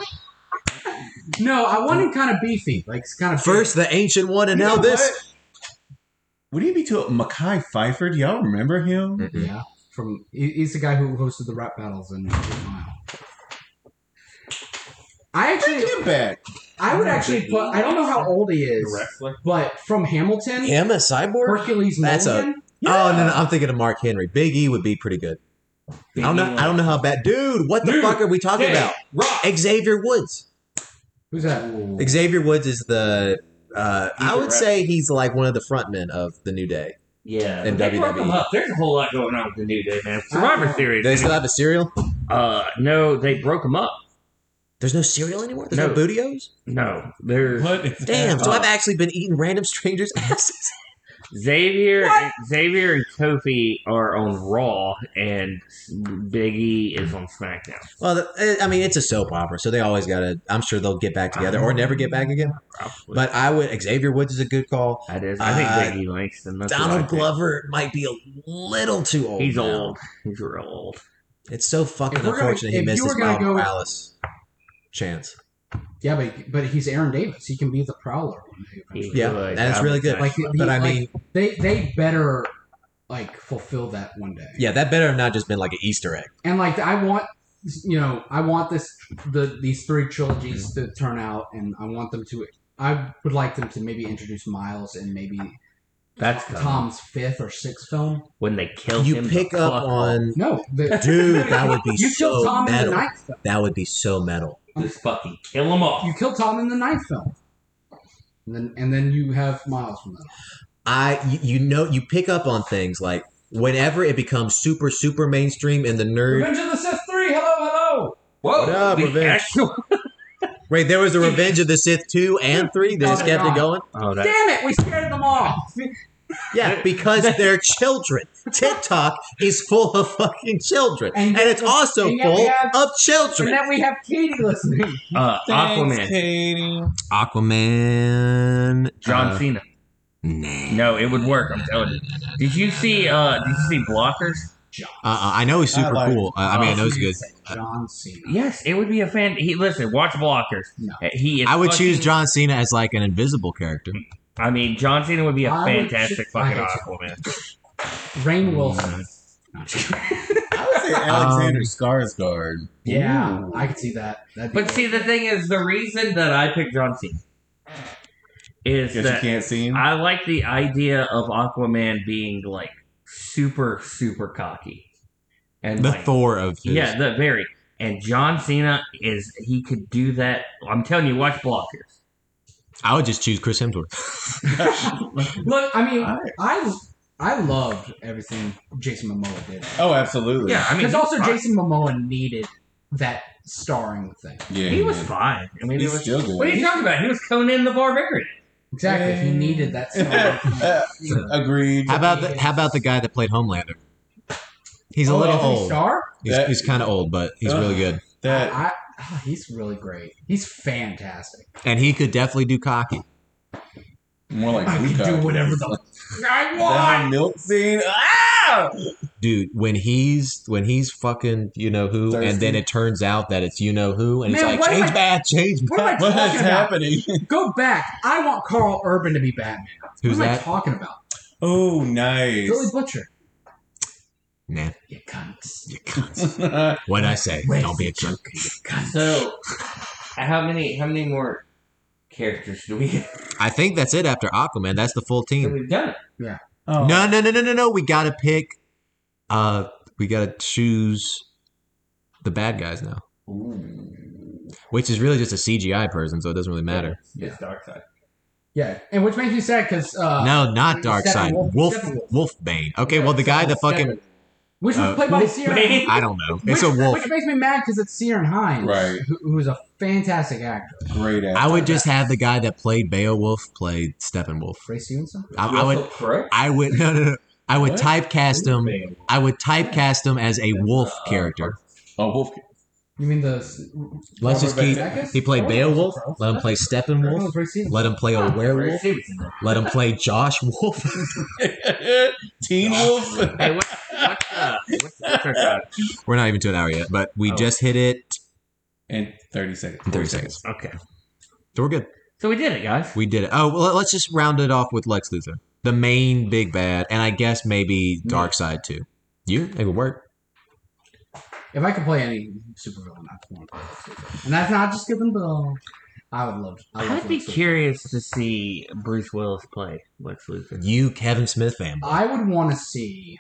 S5: no, I want him kind of beefy, like it's kind of
S3: first the ancient one, and
S4: You
S3: now
S4: know
S3: this.
S4: what? Would he be to Mackay Pfeiffer? Do y'all remember him?
S3: Mm-mm.
S5: Yeah, from he- he's the guy who hosted the rap battles in Mile. I
S4: Bring
S5: actually,
S4: him back.
S5: I would actually put. I don't know how old he is,
S2: wrestler.
S5: but from Hamilton,
S3: Him a cyborg?
S5: Hercules
S3: That's a-
S5: Mulligan.
S3: Oh no, no, I'm thinking of Mark Henry. Big E would be pretty good. I don't know. I don't know how bad. Dude, what the
S2: Dude,
S3: fuck are we talking
S2: Yeah,
S3: about?
S2: Rock.
S3: Xavier Woods.
S5: Who's that?
S3: Xavier Woods is the. Uh,
S4: He's
S3: I
S4: the
S3: would
S4: rep.
S3: say he's like one of the frontmen of the New Day.
S2: Yeah. E.
S3: In
S2: They
S3: WWE.
S2: broke them up. There's a whole lot going on with the New Day, man. Survivor Series.
S3: They still have a cereal.
S2: uh, no, they broke them up.
S3: There's no cereal anymore. There's no,
S2: No.
S3: bootios.
S2: No, there's
S4: What is
S3: Damn. So
S2: Uh,
S3: I've actually been eating random strangers' asses.
S2: Xavier. Xavier and Kofi are on Raw, and Biggie is on SmackDown.
S3: well, the- eh, I mean, it's a soap opera, so they always gotta. I'm sure they'll get back together or never get back again.
S2: Probably.
S3: But I would. Xavier Woods is a good call.
S2: that is. I think
S3: uh,
S2: Biggie likes them. That's what I
S3: Donald
S2: think.
S3: Glover might be a little too old.
S2: He's
S3: now.
S2: old. He's real old.
S3: It's so fucking
S5: If we're gonna-
S3: unfortunate he
S5: if
S3: missed
S5: you
S3: his
S5: were gonna
S3: Miles
S5: go-
S3: Morales chance.
S5: Yeah, but but he's Aaron Davis. He can be the Prowler. one day eventually.
S3: Yeah,
S2: Like,
S3: that's
S2: I'm
S3: really good.
S2: excited.
S5: Like,
S3: But
S5: he-
S3: I
S5: like,
S3: mean,
S5: they they better like fulfill that one day.
S3: yeah, that better have not just been like an Easter egg.
S5: and like I want you know I want this the these three trilogies to turn out, and I want them to. I would like them to maybe introduce Miles and maybe
S2: That's Tom.
S5: Tom's fifth or sixth film.
S2: When they kill
S3: You
S2: him, the
S3: pick up
S2: fuck
S3: on
S5: No, the,
S3: dude, that would be
S5: you kill
S3: so
S5: Tom in
S3: metal.
S5: the ninth. Film.
S3: That would be so metal.
S2: Just fucking kill him off.
S5: You kill Tom in the ninth film, and then and then you have Miles from that.
S3: I you, you know you pick up on things like whenever it becomes super super mainstream and the nerd.
S5: Revenge of the Sith three. Hello, hello.
S2: Whoa!
S3: What up,
S2: the
S3: revenge?
S2: actual-
S3: Right, there was a Revenge of the Sith two and three. They just
S5: Oh,
S3: kept it
S5: God.
S3: going.
S2: oh, that
S5: Damn it, we scared them off.
S3: Yeah, because they're children. TikTok is full of fucking children,
S5: And
S3: and,
S5: yet-
S3: it's also
S5: and yet we
S3: full
S5: have-
S3: of
S5: and
S3: children.
S5: then we have Katie listening.
S2: uh, Aquaman,
S4: Katie.
S3: Aquaman.
S2: John
S3: uh,
S2: Cena.
S3: Nah.
S2: No, it would work. I'm telling you. Did you see? uh Did you see Blockers?
S3: Uh, I know he's
S4: I
S3: super
S4: like-
S3: cool. Uh, I mean, I know he's good.
S5: John Cena.
S2: Yes, it would be a fan. He listen, watch Blockers. Uh,
S5: No.
S2: He. Is
S3: I would choose
S2: fucking-
S3: John Cena as like an invisible character.
S2: I mean, John Cena would be a
S5: I would
S2: fantastic
S5: choose-
S2: fucking
S5: I hate
S2: Aquaman.
S5: Rain Wilson.
S3: Mm-hmm.
S4: I would say Alexander Skarsgård.
S5: Yeah, I could see that. That'd be
S2: But
S5: cool.
S2: see, the thing is, the reason that I picked John Cena is
S4: Because you
S2: that
S4: can't see him.
S2: I like the idea of Aquaman being like super, super cocky, and
S3: The
S2: like,
S3: Thor of his.
S2: Yeah, the very. And John Cena is he could do that. I'm telling you, watch Blockers.
S3: I would just choose Chris Hemsworth.
S5: Look, I mean, I I loved everything Jason Momoa did
S4: oh, absolutely.
S2: Yeah, I mean,
S5: because also
S2: he's fine.
S5: Jason Momoa needed that starring thing.
S4: Yeah,
S2: he was
S4: yeah.
S2: fine. I mean, it
S4: He's
S2: was
S4: still good.
S2: What are you talking about? He was Conan the Barbarian.
S5: Exactly, he needed that starring. thing.
S4: Agreed.
S3: How about the How about the guy that played Homelander? He's a
S5: Oh,
S3: little
S5: Anthony
S3: old.
S5: Starr?
S3: He's,
S4: That-
S3: he's kind of old, but he's really good,
S4: that
S5: I, ah, he's really great. He's fantastic.
S3: and he could definitely do cocky.
S4: more like
S5: I can
S4: Luca.
S5: do whatever the I
S4: That whole
S5: want.
S4: milk scene. Ah!
S3: Dude, when he's when he's fucking you know who, and then
S4: Thirsty.
S3: it turns out that it's you know who, and
S5: Man,
S3: it's like
S5: what am
S3: change
S5: I-
S3: back, change
S5: What am I
S3: back.
S4: What is
S5: talking about?
S4: happening?
S5: Go back. I want Carl Urban to be Batman.
S3: Who's
S5: what am I
S3: that?
S5: talking about?
S4: Oh,
S5: Billy
S4: nice.
S5: Butcher.
S3: Nah,
S5: You cunts.
S3: you cunts. What'd I say?
S5: Where's
S3: Don't be a
S5: the
S3: jerk.
S5: joke, you cunts?
S2: So, how many how many more characters do we have?
S3: I think that's it after Aquaman. That's the full team.
S2: We've done it.
S4: Oh.
S3: No, no, no, no, no, no. We gotta pick. Uh, we gotta choose the bad guys now, which is really just a CGI person, so it doesn't really matter.
S2: It's dark side.
S5: Yeah, and which makes me sad because uh,
S3: no, not Dark Side.
S5: Steppenwolf-
S3: Wolf,
S5: Steppenwolf.
S3: Wolfbane. Okay, well, the guy that fucking
S5: which was
S3: uh,
S5: played by Ciaran.
S2: Wolfbane?
S3: I don't know.
S5: Which,
S3: It's a wolf.
S5: which makes me mad because it's Ciaran Hines,
S4: Right.
S5: Who, who's a fantastic actor.
S4: Great ass.
S3: I would just have the guy that played Beowulf play Steppenwolf.
S5: Ray Stevenson.
S3: I,
S2: You
S3: I would.
S2: also crook?
S3: I would. No, no, no. I would
S5: What?
S3: typecast him. I would typecast him as a wolf
S2: Uh,
S3: character.
S4: Oh, Wolf.
S5: You mean the?
S3: Let's just keep. He played Beowulf. Let him play Steppenwolf.
S5: Ray Stevenson.
S3: Let him play a
S2: Ray
S3: werewolf.
S2: Stevenson.
S3: Let him play Josh Wolf.
S4: Teen Wolf.
S2: Hey, what, what's uh, what's the other side?
S3: We're not even to an hour yet, but we
S2: Oh.
S3: just hit it
S4: In 30 seconds.
S3: in 30 seconds.
S2: Okay,
S3: So we're good.
S2: so we did it, guys.
S3: We did it. Oh, well, let's just round it off with Lex Luthor, the main big bad, and I guess maybe Dark Side too. You, it would work.
S5: If I could play any supervillain, I'd want to play Lex Luthor. And that's not just giving Bill. I would love. I love
S2: I'd be
S5: Lex Luthor.
S2: curious to see Bruce Willis play Lex Luthor.
S3: You, Kevin Smith fanboy.
S5: I would want to see.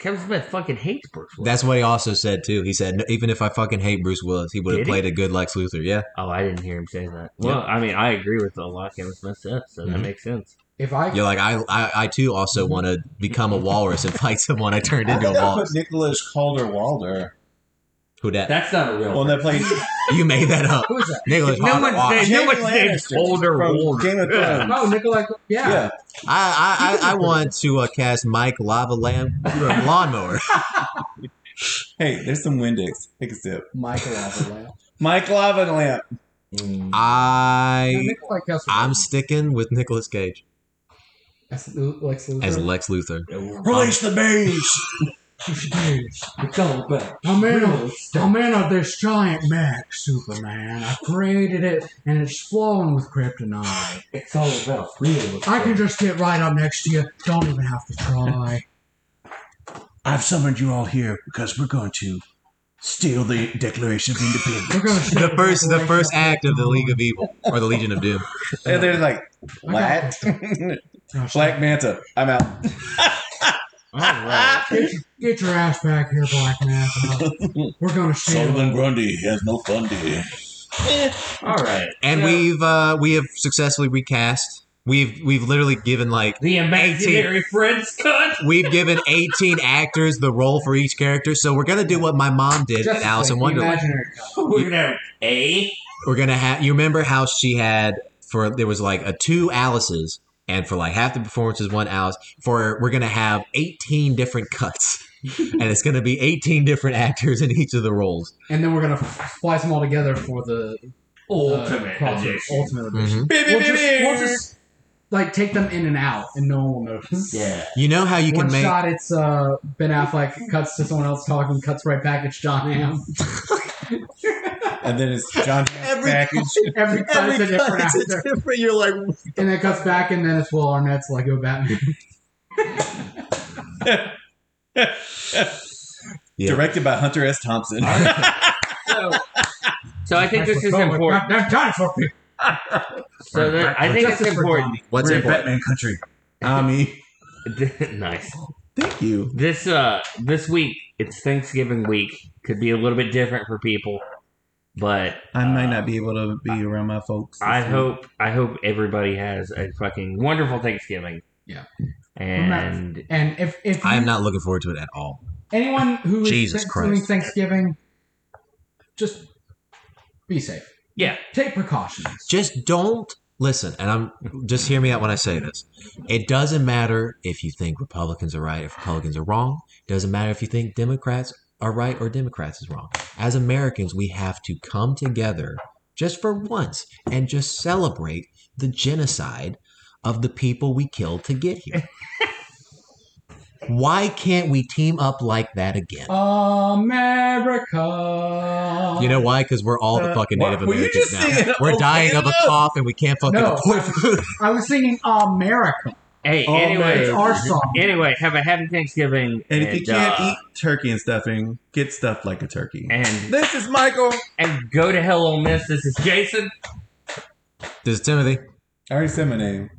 S2: Kevin Smith fucking hates Bruce Willis.
S3: That's what he also said too. He said, even if I fucking hate Bruce Willis, he would
S2: Did
S3: have
S2: he?
S3: played a good Lex Luthor. Yeah.
S2: oh, I didn't hear him say that.
S3: Yeah.
S2: Well, I mean, I agree with a lot Kevin Smith said, so that
S3: Mhm.
S2: makes sense.
S5: If I
S3: You're like, I, I, I too also want to become a walrus and fight someone I turned
S4: I
S3: into a
S4: think I put
S3: walrus.
S4: Nicholas Calder Walder
S3: Who that?
S2: That's not a real.
S4: on that place.
S3: You made that up.
S5: who is that?
S3: Nicholas.
S2: No one's
S3: Holt-
S2: saying-
S4: Jamie
S2: no one's saying
S4: Lannister
S2: older
S4: from Game of Thrones.
S5: Oh, Nikolai. Yeah.
S4: Yeah.
S3: I, I, I, I want to uh, cast Mike Lava Lamb Lawnmower.
S4: Hey, there's some Windex. Take a sip.
S5: Michael Avalon.
S4: Mike Lava Lamp.
S5: No,
S3: I
S5: Nikolai Castle.
S3: I'm sticking with Nicolas Cage
S5: As Lu- Lex Luthor.
S3: as Lex Luthor.
S4: Release the bees.
S2: It's all bad.
S5: I'm in, a, I'm in a, this giant mech, Superman. I created it, and it's flowing with kryptonite.
S2: It's all about freedom.
S5: I can just get right up next to you. Don't even have to try.
S4: I've summoned you all here because we're going to steal the Declaration of Independence.
S5: We're gonna
S3: The first, the first act of the League of Evil or the Legion of Doom.
S4: and they're like, what? Black Manta. I'm out.
S2: All right.
S5: Get your ass back here, Black Manta. We're gonna steal.
S4: Grundy has no funding.
S2: All right.
S3: And
S2: So,
S3: we've uh, we have successfully recast. We've we've literally given like
S2: the imaginary friends cut.
S3: we've given 18 actors the role for each character. So we're gonna do what my mom did in Alice in Wonderland.
S5: Imaginary
S2: We're gonna have a
S3: we're gonna have you remember how she had for there was like a two alice's and for like half the performances one alice for we're gonna have 18 different cuts and it's gonna be 18 different actors in each of the roles
S5: and then we're gonna splice them all together for the
S4: Oh,
S5: uh,
S2: ultimate
S5: crossover,
S2: edition.
S5: ultimate edition.
S3: Mm-hmm.
S5: We'll just, we'll just like take them in and out, and no one will notice.
S2: Yeah.
S3: you know how you
S5: One
S3: can make
S5: shot, it's uh, Ben Affleck cuts to someone else talking, cuts right back. It's John Hamm.
S4: And then it's John
S3: Every-
S4: Every package.
S5: Every cut is a different
S3: it's
S5: actor,
S3: different you're like
S5: and then cuts back, and then it's Will Arnett's Lego Batman.
S3: Yeah.
S4: Directed by Hunter S. Thompson.
S2: So, so I think
S5: "Oh,
S2: this is important.
S5: That's dinosaur people.
S2: So that, I think it's
S5: Justice for
S2: important.
S3: what's important
S4: Batman country. Ami.
S2: nice.
S4: Thank you.
S2: This uh this week it's Thanksgiving week. Could be a little bit different for people, but
S4: I might not be able to be around my folks.
S2: I hope I hope everybody has a fucking wonderful Thanksgiving.
S5: Yeah.
S2: And
S5: And if if
S3: i am
S5: you-
S3: not looking forward to it at all
S5: anyone who is
S3: Jesus
S5: th-
S3: Christ.
S5: doing Thanksgiving, just be safe.
S2: yeah,
S5: Take precautions.
S3: just don't listen and i'm just hear me out when i say this it doesn't matter if you think republicans are right if republicans are wrong it doesn't matter if you think democrats are right or democrats is wrong as americans we have to come together just for once and just celebrate the genocide of the people we killed to get here why can't we team up like that again
S5: America.
S3: you know why? Because we're all the
S4: Uh,
S3: fucking
S4: what-
S3: Native
S4: were you
S3: Americans
S4: just "Oh,
S3: now.
S4: singing
S3: We're dying of a
S4: Oklahoma?
S3: cough and we can't fucking
S5: No.
S3: afford food.
S5: I was singing America.
S2: Hey,
S4: Oh, man.
S5: It's
S2: anyway,
S5: our song.
S2: anyway, have a happy Thanksgiving.
S4: And if you can't
S2: uh,
S4: eat turkey and stuffing, get stuffed like a turkey.
S2: and
S4: this is Michael.
S2: and go to hell on this. This is Jason.
S3: This is Timothy.
S4: I already said my name.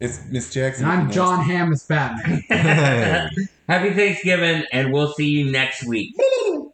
S4: It's Miss Jackson.
S5: And I'm John Hamm as Batman.
S2: Happy Thanksgiving, and we'll see you next week.